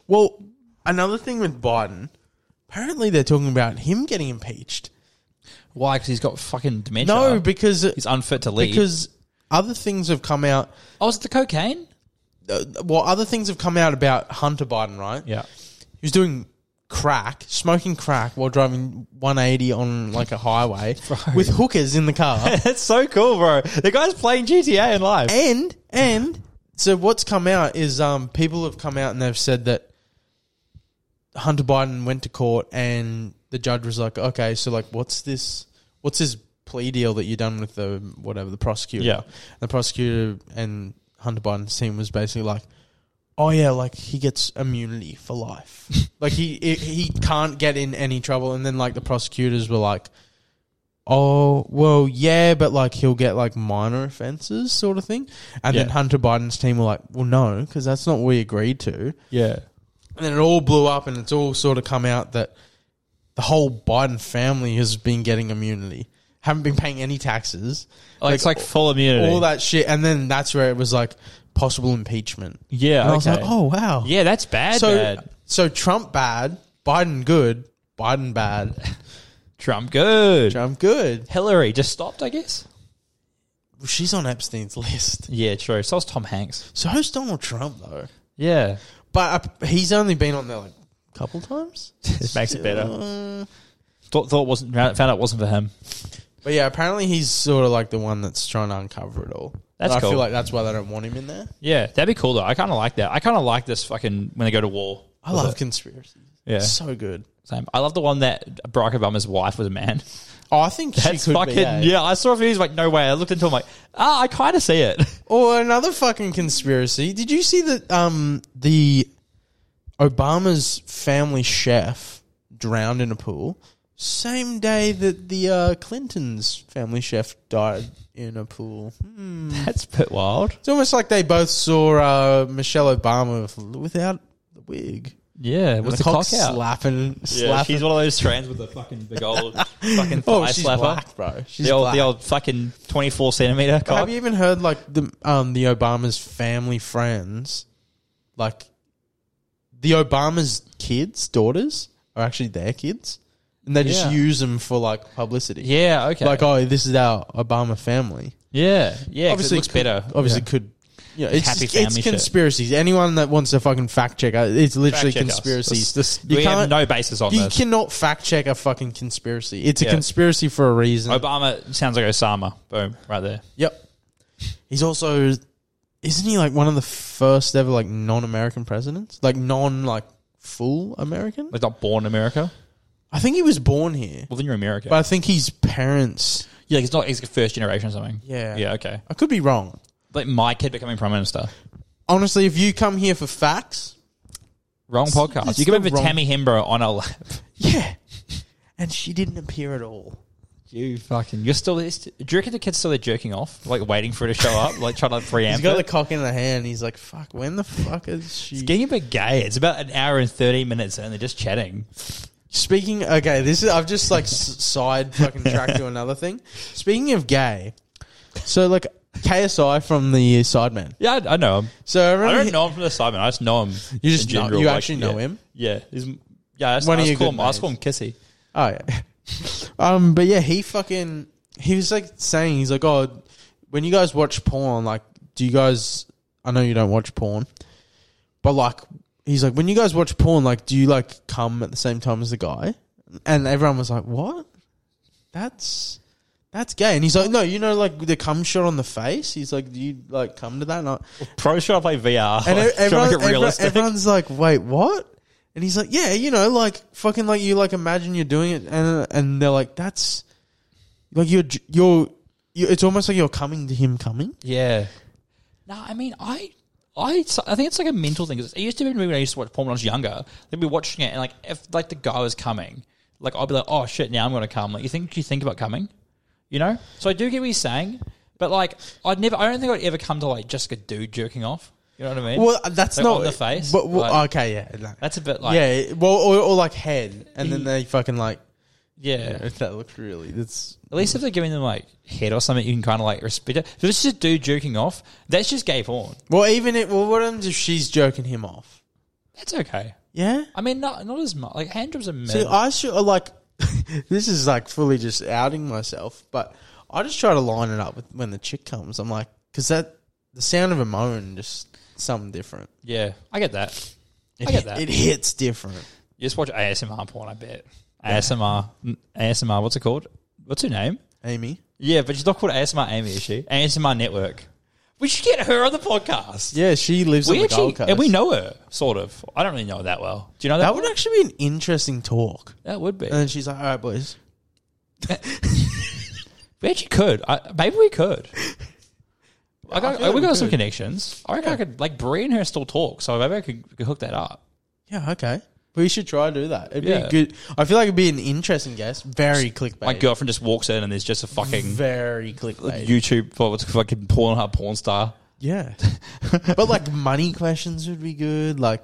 Speaker 2: Well, another thing with Biden, apparently they're talking about him getting impeached.
Speaker 1: Why? Because he's got fucking dementia.
Speaker 2: No, because
Speaker 1: he's unfit to lead.
Speaker 2: because other things have come out.
Speaker 1: oh, is it the cocaine?
Speaker 2: Uh, well, other things have come out about Hunter Biden, right?
Speaker 1: Yeah.
Speaker 2: He was doing crack, smoking crack while driving 180 on like a highway with hookers in the car,
Speaker 1: That's so cool, bro. The guy's playing GTA in life.
Speaker 2: and and so what's come out is um people have come out and they've said that Hunter Biden went to court and the judge was like, okay, so like what's this? What's this plea deal that you done with the whatever the prosecutor?
Speaker 1: Yeah.
Speaker 2: the prosecutor and Hunter Biden's team was basically like, "Oh yeah, like he gets immunity for life. like he, he he can't get in any trouble." And then like the prosecutors were like, "Oh well, yeah, but like he'll get like minor offenses, sort of thing." And then
Speaker 1: Yeah.
Speaker 2: Hunter Biden's team were like, "Well, no, because that's not what we agreed to."
Speaker 1: Yeah.
Speaker 2: And then it all blew up, and it's all sort of come out that the whole Biden family has been getting immunity, haven't been paying any taxes
Speaker 1: Like, it's like full immunity.
Speaker 2: all that shit. And then that's where it was like, possible impeachment.
Speaker 1: Yeah,
Speaker 2: And I was
Speaker 1: okay.
Speaker 2: like, oh wow.
Speaker 1: yeah, that's bad.
Speaker 2: so
Speaker 1: bad.
Speaker 2: so Trump bad, Biden good, Biden bad,
Speaker 1: Trump good.
Speaker 2: Trump good.
Speaker 1: Hillary just stopped, I guess.
Speaker 2: Well, she's on Epstein's list.
Speaker 1: Yeah, true. So was Tom Hanks.
Speaker 2: So who's Donald Trump though?
Speaker 1: Yeah,
Speaker 2: But uh, he's only been on there like a couple times.
Speaker 1: it makes it better.
Speaker 2: Uh,
Speaker 1: Thought, thought wasn't found out wasn't for him.
Speaker 2: but yeah, apparently he's sort of like the one that's trying to uncover it all.
Speaker 1: That's
Speaker 2: And I
Speaker 1: cool.
Speaker 2: feel like that's why they don't want him in there.
Speaker 1: Yeah, that'd be cool though. I kind of like that. I kind of like this fucking when they go to war.
Speaker 2: I love conspiracies.
Speaker 1: Yeah,
Speaker 2: It's so good.
Speaker 1: same. I love the one that Barack Obama's wife was a man.
Speaker 2: Oh, I think
Speaker 1: That's
Speaker 2: she could
Speaker 1: fucking
Speaker 2: be, eh?
Speaker 1: yeah. I saw a few. He's like, no way. I looked into him like, ah, I kind of see it.
Speaker 2: Or another fucking conspiracy. Did you see that um the Obama's family chef drowned in a pool? Same day that the uh, Clinton's family chef died in a pool. Hmm.
Speaker 1: That's a bit wild.
Speaker 2: It's almost like they both saw uh, Michelle Obama with- without the wig.
Speaker 1: Yeah,
Speaker 2: And
Speaker 1: with the cock out.
Speaker 2: slapping,
Speaker 1: Yeah,
Speaker 2: slapping.
Speaker 1: she's one of those trans with a fucking big old fucking thigh
Speaker 2: oh, she's
Speaker 1: slapper.
Speaker 2: black, bro. She's
Speaker 1: the old,
Speaker 2: black.
Speaker 1: the old fucking twenty-four centimeter cock.
Speaker 2: Have you even heard like the um the Obama's family friends, like the Obama's kids, daughters are actually their kids, and they
Speaker 1: Yeah.
Speaker 2: just use them for like publicity.
Speaker 1: Yeah, okay.
Speaker 2: Like, oh, this is our Obama family.
Speaker 1: yeah, yeah. 'cause it looks
Speaker 2: could-
Speaker 1: better.
Speaker 2: Obviously,
Speaker 1: Yeah.
Speaker 2: could. Yeah, it's,
Speaker 1: Happy
Speaker 2: it's
Speaker 1: family shit.
Speaker 2: conspiracies. Anyone that wants to fucking fact check, uh, it's literally
Speaker 1: Fact check us.
Speaker 2: conspiracies.
Speaker 1: This- this-
Speaker 2: you
Speaker 1: we have
Speaker 2: can't.
Speaker 1: no basis on
Speaker 2: you
Speaker 1: this.
Speaker 2: cannot fact check a fucking conspiracy. It's a
Speaker 1: Yeah.
Speaker 2: conspiracy for a reason.
Speaker 1: Obama sounds like Osama. Boom, right there.
Speaker 2: Yep. He's also isn't he like one of the first ever like non-American presidents? Like non like full American?
Speaker 1: Like not born in America.
Speaker 2: I think he was born here,
Speaker 1: Well, then you're American.
Speaker 2: but I think his parents.
Speaker 1: yeah, he's not. He's first generation or something.
Speaker 2: Yeah.
Speaker 1: yeah, okay.
Speaker 2: I could be wrong.
Speaker 1: Like my kid becoming prime minister.
Speaker 2: Honestly, if you come here for facts,
Speaker 1: Wrong podcast.
Speaker 2: it's
Speaker 1: You can
Speaker 2: the
Speaker 1: remember
Speaker 2: wrong-
Speaker 1: Tammy Hembro on a lap.
Speaker 2: yeah. And she didn't appear at all.
Speaker 1: You fucking. You're still. is- Do you reckon the kid's still there jerking off, like waiting for her to show up, like trying to preamp?
Speaker 2: He's got
Speaker 1: it?
Speaker 2: the cock in the hand. He's like, "Fuck, when the fuck is she?"
Speaker 1: It's getting a bit gay. It's about an hour and 30 minutes and they're just chatting.
Speaker 2: Speaking, okay, this is I've just like s- side fucking track to another thing. Speaking of gay, so like KSI from the Sidemen.
Speaker 1: Yeah, I, I know him.
Speaker 2: So
Speaker 1: I
Speaker 2: everyone,
Speaker 1: don't know him from the Simon. I just know him.
Speaker 2: You just
Speaker 1: in
Speaker 2: know-
Speaker 1: general,
Speaker 2: you actually know
Speaker 1: yeah.
Speaker 2: him?
Speaker 1: Yeah. He's, yeah, I just,
Speaker 2: One
Speaker 1: I
Speaker 2: of
Speaker 1: just call
Speaker 2: your good
Speaker 1: him, I just
Speaker 2: mates.
Speaker 1: call him Kissy.
Speaker 2: Oh yeah. um, but yeah, he fucking he was like saying he's like, oh, when you guys watch porn, like, do you guys? I know you don't watch porn, but like, he's like, when you guys watch porn, like, do you like come at the same time as the guy? And everyone was like, what? That's that's gay. And he's like, no, you know, like the cum shot on the face. He's like, do you like come to that? And I,
Speaker 1: Pro should I play VR?
Speaker 2: and
Speaker 1: Like,
Speaker 2: e-
Speaker 1: trying
Speaker 2: everyone,
Speaker 1: to make it
Speaker 2: everyone-
Speaker 1: realistic.
Speaker 2: everyone's like, "Wait, what?" And he's like, "Yeah, you know, like fucking like you like imagine you're doing it, and and they're like, that's like you're j- you're, you it's almost like you're coming to him coming.
Speaker 1: yeah. No, I mean, I. I, I think it's like a mental thing. 'cause It used to be when I used to watch porn when I was younger. They'd be watching it, and like if like the guy was coming, like I'd be like, "Oh shit, now I'm going to come." Like you think you think about coming, you know? So I do get what he's saying, but like I'd never. I don't think I'd ever come to like just a dude jerking off. You know what I mean?
Speaker 2: Well, uh, that's
Speaker 1: Like,
Speaker 2: not
Speaker 1: on the face,
Speaker 2: But well,
Speaker 1: like-
Speaker 2: okay, yeah, no.
Speaker 1: That's a bit like yeah,
Speaker 2: yeah. Well, or, or like head, and then they fucking like
Speaker 1: yeah.
Speaker 2: if that looks really that's
Speaker 1: At least if they're giving them like head or something, you can kind of like respect it. If it's just a dude jerking off, that's just gay porn.
Speaker 2: well even it. Well, what happens if she's joking him off?
Speaker 1: That's okay.
Speaker 2: Yeah.
Speaker 1: I mean, not not as much. Like hand jobs are mid.
Speaker 2: See, I should uh, like this is like fully just outing myself, but I just try to line it up with when the chick comes. I'm like, because that the sound of a moan just something different.
Speaker 1: yeah, I get that.
Speaker 2: It,
Speaker 1: I get that.
Speaker 2: It hits different.
Speaker 1: You just watch ASMR porn. I bet ASMR n- ASMR. What's it called? What's her name?
Speaker 2: Amy.
Speaker 1: Yeah, but she's not called ASMR Amy, is she? ASMR Network. We should get her on the podcast.
Speaker 2: Yeah, she lives on
Speaker 1: we
Speaker 2: the
Speaker 1: actually
Speaker 2: Gold Coast.
Speaker 1: and we know her sort of. I don't really know her that well. Do you know that?
Speaker 2: that would Uh, actually be an interesting talk.
Speaker 1: that would be.
Speaker 2: And then she's like, "All right, boys,
Speaker 1: We actually could. I, maybe we could. I
Speaker 2: I
Speaker 1: got,
Speaker 2: feel like
Speaker 1: we
Speaker 2: we
Speaker 1: got some
Speaker 2: could.
Speaker 1: connections. I reckon I could like Brie and her still talk, so maybe I could, could hook that up.
Speaker 2: yeah, okay." We should try to do that. It'd be
Speaker 1: Yeah.
Speaker 2: a good. I feel like it'd be an interesting guest. Very clickbait.
Speaker 1: My girlfriend just walks in and there's just a fucking
Speaker 2: Very clickbait.
Speaker 1: YouTube for what's fucking porn hub porn star.
Speaker 2: Yeah. but like money questions would be good. Like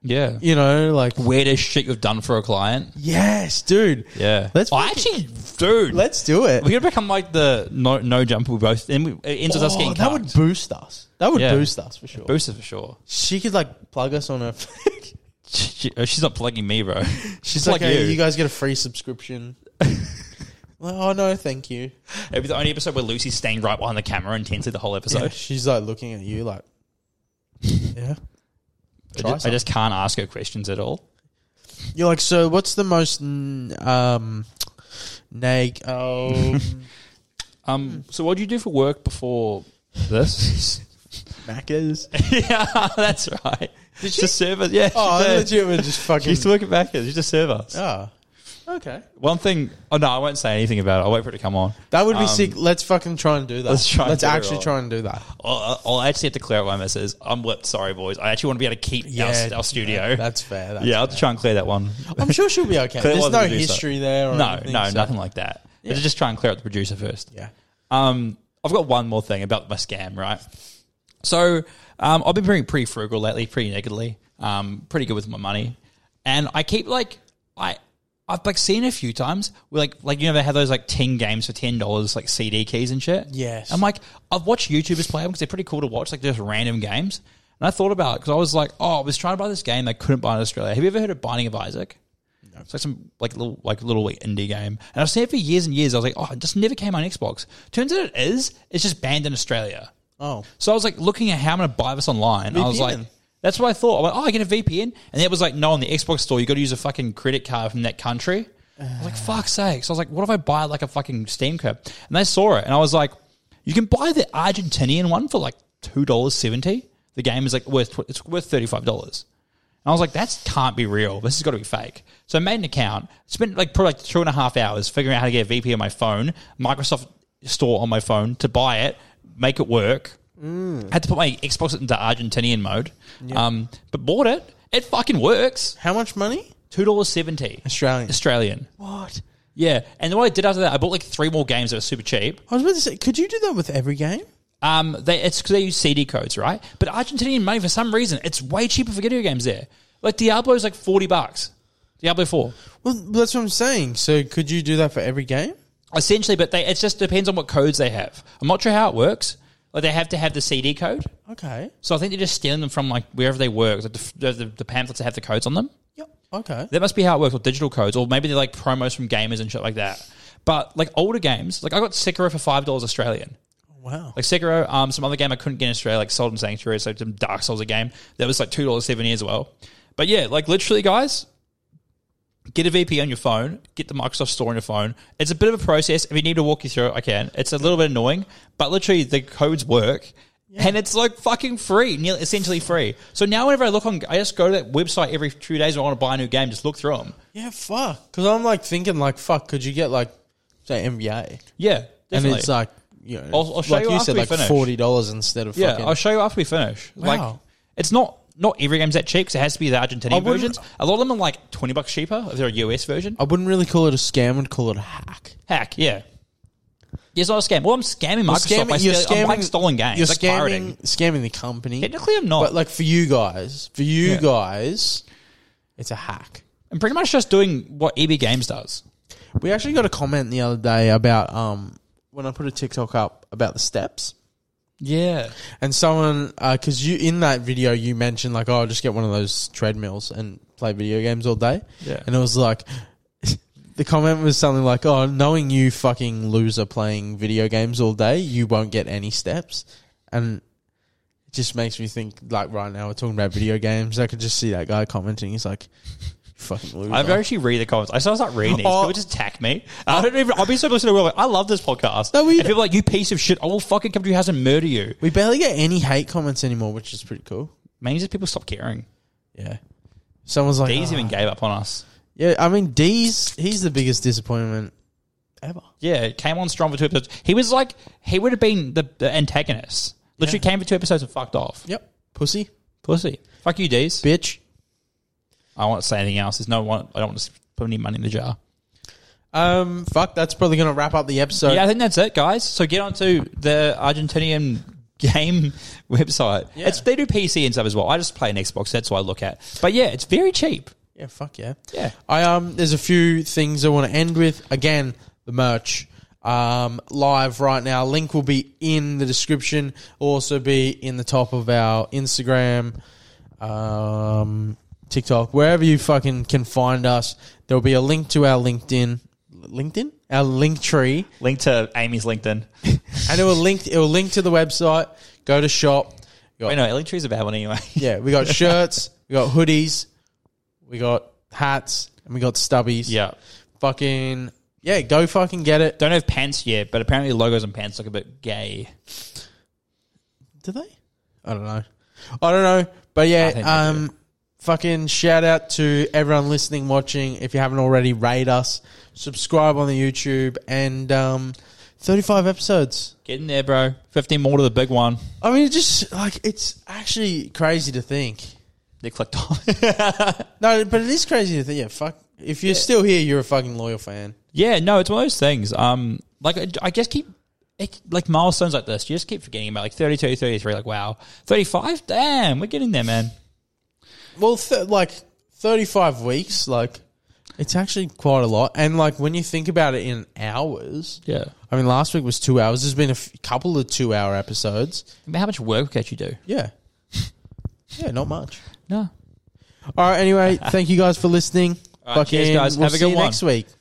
Speaker 1: Yeah.
Speaker 2: You know, like
Speaker 1: Weirdest shit you've done for a client.
Speaker 2: yes, dude.
Speaker 1: Yeah.
Speaker 2: Let's
Speaker 1: I actually, dude.
Speaker 2: Let's do it.
Speaker 1: we're going to become like the no, no jumper. We both. And we, it ends with us
Speaker 2: Oh,
Speaker 1: getting
Speaker 2: that would boost us. That would
Speaker 1: Yeah.
Speaker 2: boost us for sure.
Speaker 1: Booster for sure.
Speaker 2: She could like plug us on her.
Speaker 1: She, oh, she's not plugging me, bro.
Speaker 2: She's
Speaker 1: Plug
Speaker 2: like, hey, you. guys get a free subscription. Like, oh no, thank you.
Speaker 1: It'd be the only episode where Lucy's staying right behind the camera intensely the whole episode.
Speaker 2: She's like looking at you like, yeah.
Speaker 1: I,
Speaker 2: Try
Speaker 1: just, I just can't ask her questions at all.
Speaker 2: You're like, so what's the most mm, um, nag? Oh,
Speaker 1: Um,
Speaker 2: Hmm.
Speaker 1: so what did you do for work before this?
Speaker 2: Macca's.
Speaker 1: yeah, that's right. Did
Speaker 2: she?
Speaker 1: Just serve us. Yeah,
Speaker 2: Oh,
Speaker 1: she
Speaker 2: I
Speaker 1: did.
Speaker 2: legit was just
Speaker 1: She
Speaker 2: fucking.
Speaker 1: used to work at Backers. She used to serve us.
Speaker 2: Ah, okay.
Speaker 1: One thing. Oh no, I won't say anything about it. I'll wait for it to come on.
Speaker 2: That would be
Speaker 1: Um,
Speaker 2: sick. Let's fucking try and do that.
Speaker 1: let's try and
Speaker 2: Let's
Speaker 1: do it
Speaker 2: actually
Speaker 1: all.
Speaker 2: try and do that.
Speaker 1: I'll, I'll actually have to clear up my misses. I'm whipped. Sorry, boys. I actually want to be able to keep our, our studio. Yeah,
Speaker 2: That's fair. That's
Speaker 1: I'll try and clear that one.
Speaker 2: I'm sure she'll be okay.
Speaker 1: Clear
Speaker 2: There's
Speaker 1: one
Speaker 2: no
Speaker 1: to do so.
Speaker 2: history there. Or
Speaker 1: No,
Speaker 2: anything,
Speaker 1: no,
Speaker 2: so-
Speaker 1: nothing like that. But just try and clear up the producer first.
Speaker 2: Yeah.
Speaker 1: Um, I've got one more thing about my scam, right? So um, I've been being pretty frugal lately, pretty niggardly, um, pretty good with my money, and I keep like I I've like seen a few times where like like you know they have those like ten games for ten dollars like CD keys and shit.
Speaker 2: Yes.
Speaker 1: I'm like I've watched YouTubers play them because they're pretty cool to watch, like just random games. And I thought about it because I was like, oh, I was trying to buy this game I couldn't buy in Australia. Have you ever heard of Binding of Isaac? It's like some like little like little like indie game, and I've seen it for years and years. I was like, oh, it just never came on Xbox. Turns out it is. It's just banned in Australia.
Speaker 2: Oh,
Speaker 1: So I was like looking at how I'm going to buy this online. I was like,
Speaker 2: VPN.
Speaker 1: that's what I thought. I went, oh, I get a VPN, and then it was like, no, on the Xbox store, you got to use a fucking credit card from that country. I was like, fuck's sake. So I was like, what if I buy like a fucking Steam card? And they saw it, and I was like, you can buy the Argentinian one for like two dollars seventy. The game is like worth tw- it's worth thirty five dollars. And I was like, that can't be real. This has got to be fake. So I made an account, spent like probably like two and a half hours figuring out how to get a VP on my phone, Microsoft store on my phone to buy it, make it work. Had to put my Xbox into Argentinian mode, um, but bought it. It fucking works.
Speaker 2: how much money?
Speaker 1: Two dollars seventy
Speaker 2: Australian.
Speaker 1: Australian.
Speaker 2: What?
Speaker 1: Yeah, and then what I did after that, I bought like three more games that were super cheap.
Speaker 2: I was about to say, could you do that with every game?
Speaker 1: Um, they it's 'cause they use CD codes, right? But Argentinian money for some reason, it's way cheaper for video games there. Like Diablo's like forty bucks. Diablo four.
Speaker 2: Well, that's what I'm saying. So, could you do that for every game?
Speaker 1: Essentially, but they, it just depends on what codes they have. I'm not sure how it works. Like they have to have the CD code,
Speaker 2: Okay.
Speaker 1: so I think they're just stealing them from like wherever they work. Like the, the, the pamphlets that have the codes on them.
Speaker 2: Yep. Okay.
Speaker 1: That must be how it works, or digital codes, or maybe they're like promos from gamers and shit like that. But like older games, like I got Sekiro for five dollars Australian.
Speaker 2: Oh, Wow.
Speaker 1: Like Sekiro, um, some other game I couldn't get in Australia, like Solid and Sanctuary, so some Dark Souls a game that was like two dollars seventy as well. But yeah, like literally, guys, get a VP on your phone, get the Microsoft Store on your phone. It's a bit of a process. If you need to walk you through it, I can. It's a little bit annoying, but literally the codes work. And it's like fucking free, nearly essentially free. So now whenever I look on, I just go to that website every two days. When I want to buy a new game, just look through them.
Speaker 2: yeah. Fuck. Because I'm like thinking, like, fuck. Could you get like, say, NBA?
Speaker 1: Yeah, definitely.
Speaker 2: And it's uh, like, you know,
Speaker 1: I'll- I'll show
Speaker 2: like
Speaker 1: you
Speaker 2: you,
Speaker 1: after
Speaker 2: said,
Speaker 1: we
Speaker 2: like
Speaker 1: finish.
Speaker 2: forty dollars instead of
Speaker 1: Yeah,
Speaker 2: fucking.
Speaker 1: I'll show you after we finish. Like,
Speaker 2: Wow.
Speaker 1: it's not not every game's that cheap. 'cause it has to be the Argentinian
Speaker 2: wouldn't-
Speaker 1: versions. A lot of them are like twenty bucks cheaper if they're a US version.
Speaker 2: I wouldn't really call it a scam. I'd call it a hack.
Speaker 1: Hack, yeah. Yeah, It's not a scam. Well, I'm scamming Microsoft. by
Speaker 2: you're
Speaker 1: stealing- I'm like stolen games.
Speaker 2: You're
Speaker 1: like
Speaker 2: scamming,
Speaker 1: pirating.
Speaker 2: scamming the company.
Speaker 1: Technically, I'm not.
Speaker 2: But like for you guys, for you
Speaker 1: Yeah.
Speaker 2: guys, it's a hack.
Speaker 1: I'm pretty much just doing what EB Games does.
Speaker 2: We actually got a comment the other day about um when I put a TikTok up about the steps.
Speaker 1: Yeah,
Speaker 2: And someone, because you in that video you mentioned like, oh, I'll just get one of those treadmills and play video games all day.
Speaker 1: Yeah.
Speaker 2: And it was like, the comment was something like, oh, knowing you fucking loser playing video games all day, you won't get any steps. And it just makes me think like right now we're talking about video games. I could just see that guy commenting. He's like, fucking loser.
Speaker 1: I've actually read the comments. I started reading these.
Speaker 2: Oh.
Speaker 1: People just attack me. I don't even. I'll be so listening to like, I love this podcast.
Speaker 2: No, we-
Speaker 1: and people are like you piece of shit. I will fucking come to your house and murder you.
Speaker 2: we barely get any hate comments anymore, which is pretty cool.
Speaker 1: Mainly just people stop caring.
Speaker 2: Yeah. Someone's like,
Speaker 1: D's
Speaker 2: "Oh."
Speaker 1: even gave up on us.
Speaker 2: yeah. I mean, D's he's the biggest disappointment ever.
Speaker 1: Yeah, it came on strong for two episodes. He was like, he would have been the, the antagonist. Literally came for two episodes and fucked off.
Speaker 2: Yep. Pussy.
Speaker 1: Pussy. Fuck you, Deez.
Speaker 2: Bitch.
Speaker 1: I won't say anything else. There's no one. I don't want to put any money in the jar.
Speaker 2: Um, fuck, that's probably going to wrap up the episode.
Speaker 1: Yeah, I think that's it, guys. So get onto the Argentinian game website.
Speaker 2: Yeah.
Speaker 1: It's, they do PC and stuff as well. I just play an Xbox. That's what I look at. But yeah, it's very cheap.
Speaker 2: Yeah, fuck yeah.
Speaker 1: Yeah.
Speaker 2: I um there's a few things I want to end with. Again, the merch. Um live right now. Link will be in the description. Also be in the top of our Instagram, um TikTok, wherever you fucking can find us. There'll be a link to our LinkedIn LinkedIn? Our link tree.
Speaker 1: Link to Amy's LinkedIn.
Speaker 2: And it will link it will link to the website. Go to shop.
Speaker 1: Wait, no, Link Tree's a bad one anyway.
Speaker 2: Yeah, we got shirts, we got hoodies, we got hats, and we got stubbies.
Speaker 1: yeah.
Speaker 2: fucking yeah, go fucking get it.
Speaker 1: Don't have pants yet, but apparently logos and pants look a bit gay.
Speaker 2: Do they? I don't know. I don't know. But
Speaker 1: I think they
Speaker 2: yeah, um, fucking shout out to everyone listening, watching. If you haven't already, rate us, subscribe on the YouTube, and um, thirty-five episodes.
Speaker 1: Get in there, bro. 15 more to the big one.
Speaker 2: I mean, it just like it's actually crazy to think.
Speaker 1: They clicked on.
Speaker 2: No, but it is crazy to think. Yeah, fuck. If you're still here, you're a fucking loyal fan.
Speaker 1: yeah, no, it's one of those things. Um, like I, I just keep it, like milestones like this. You just keep forgetting about like 32, 33, like wow, 35. Damn, we're getting there, man.
Speaker 2: Well, th- like thirty-five weeks, like it's actually quite a lot. And like when you think about it in hours,
Speaker 1: Yeah.
Speaker 2: I mean, last week was two hours. There's been a f- couple of two hour episodes.
Speaker 1: I mean, how much work can you do?
Speaker 2: Yeah. Yeah, not much.
Speaker 1: No.
Speaker 2: All right, anyway, thank you guys for listening.
Speaker 1: All right, cheers,
Speaker 2: Fucking-
Speaker 1: guys.
Speaker 2: We'll
Speaker 1: Have a
Speaker 2: see
Speaker 1: good
Speaker 2: you
Speaker 1: one.
Speaker 2: next week.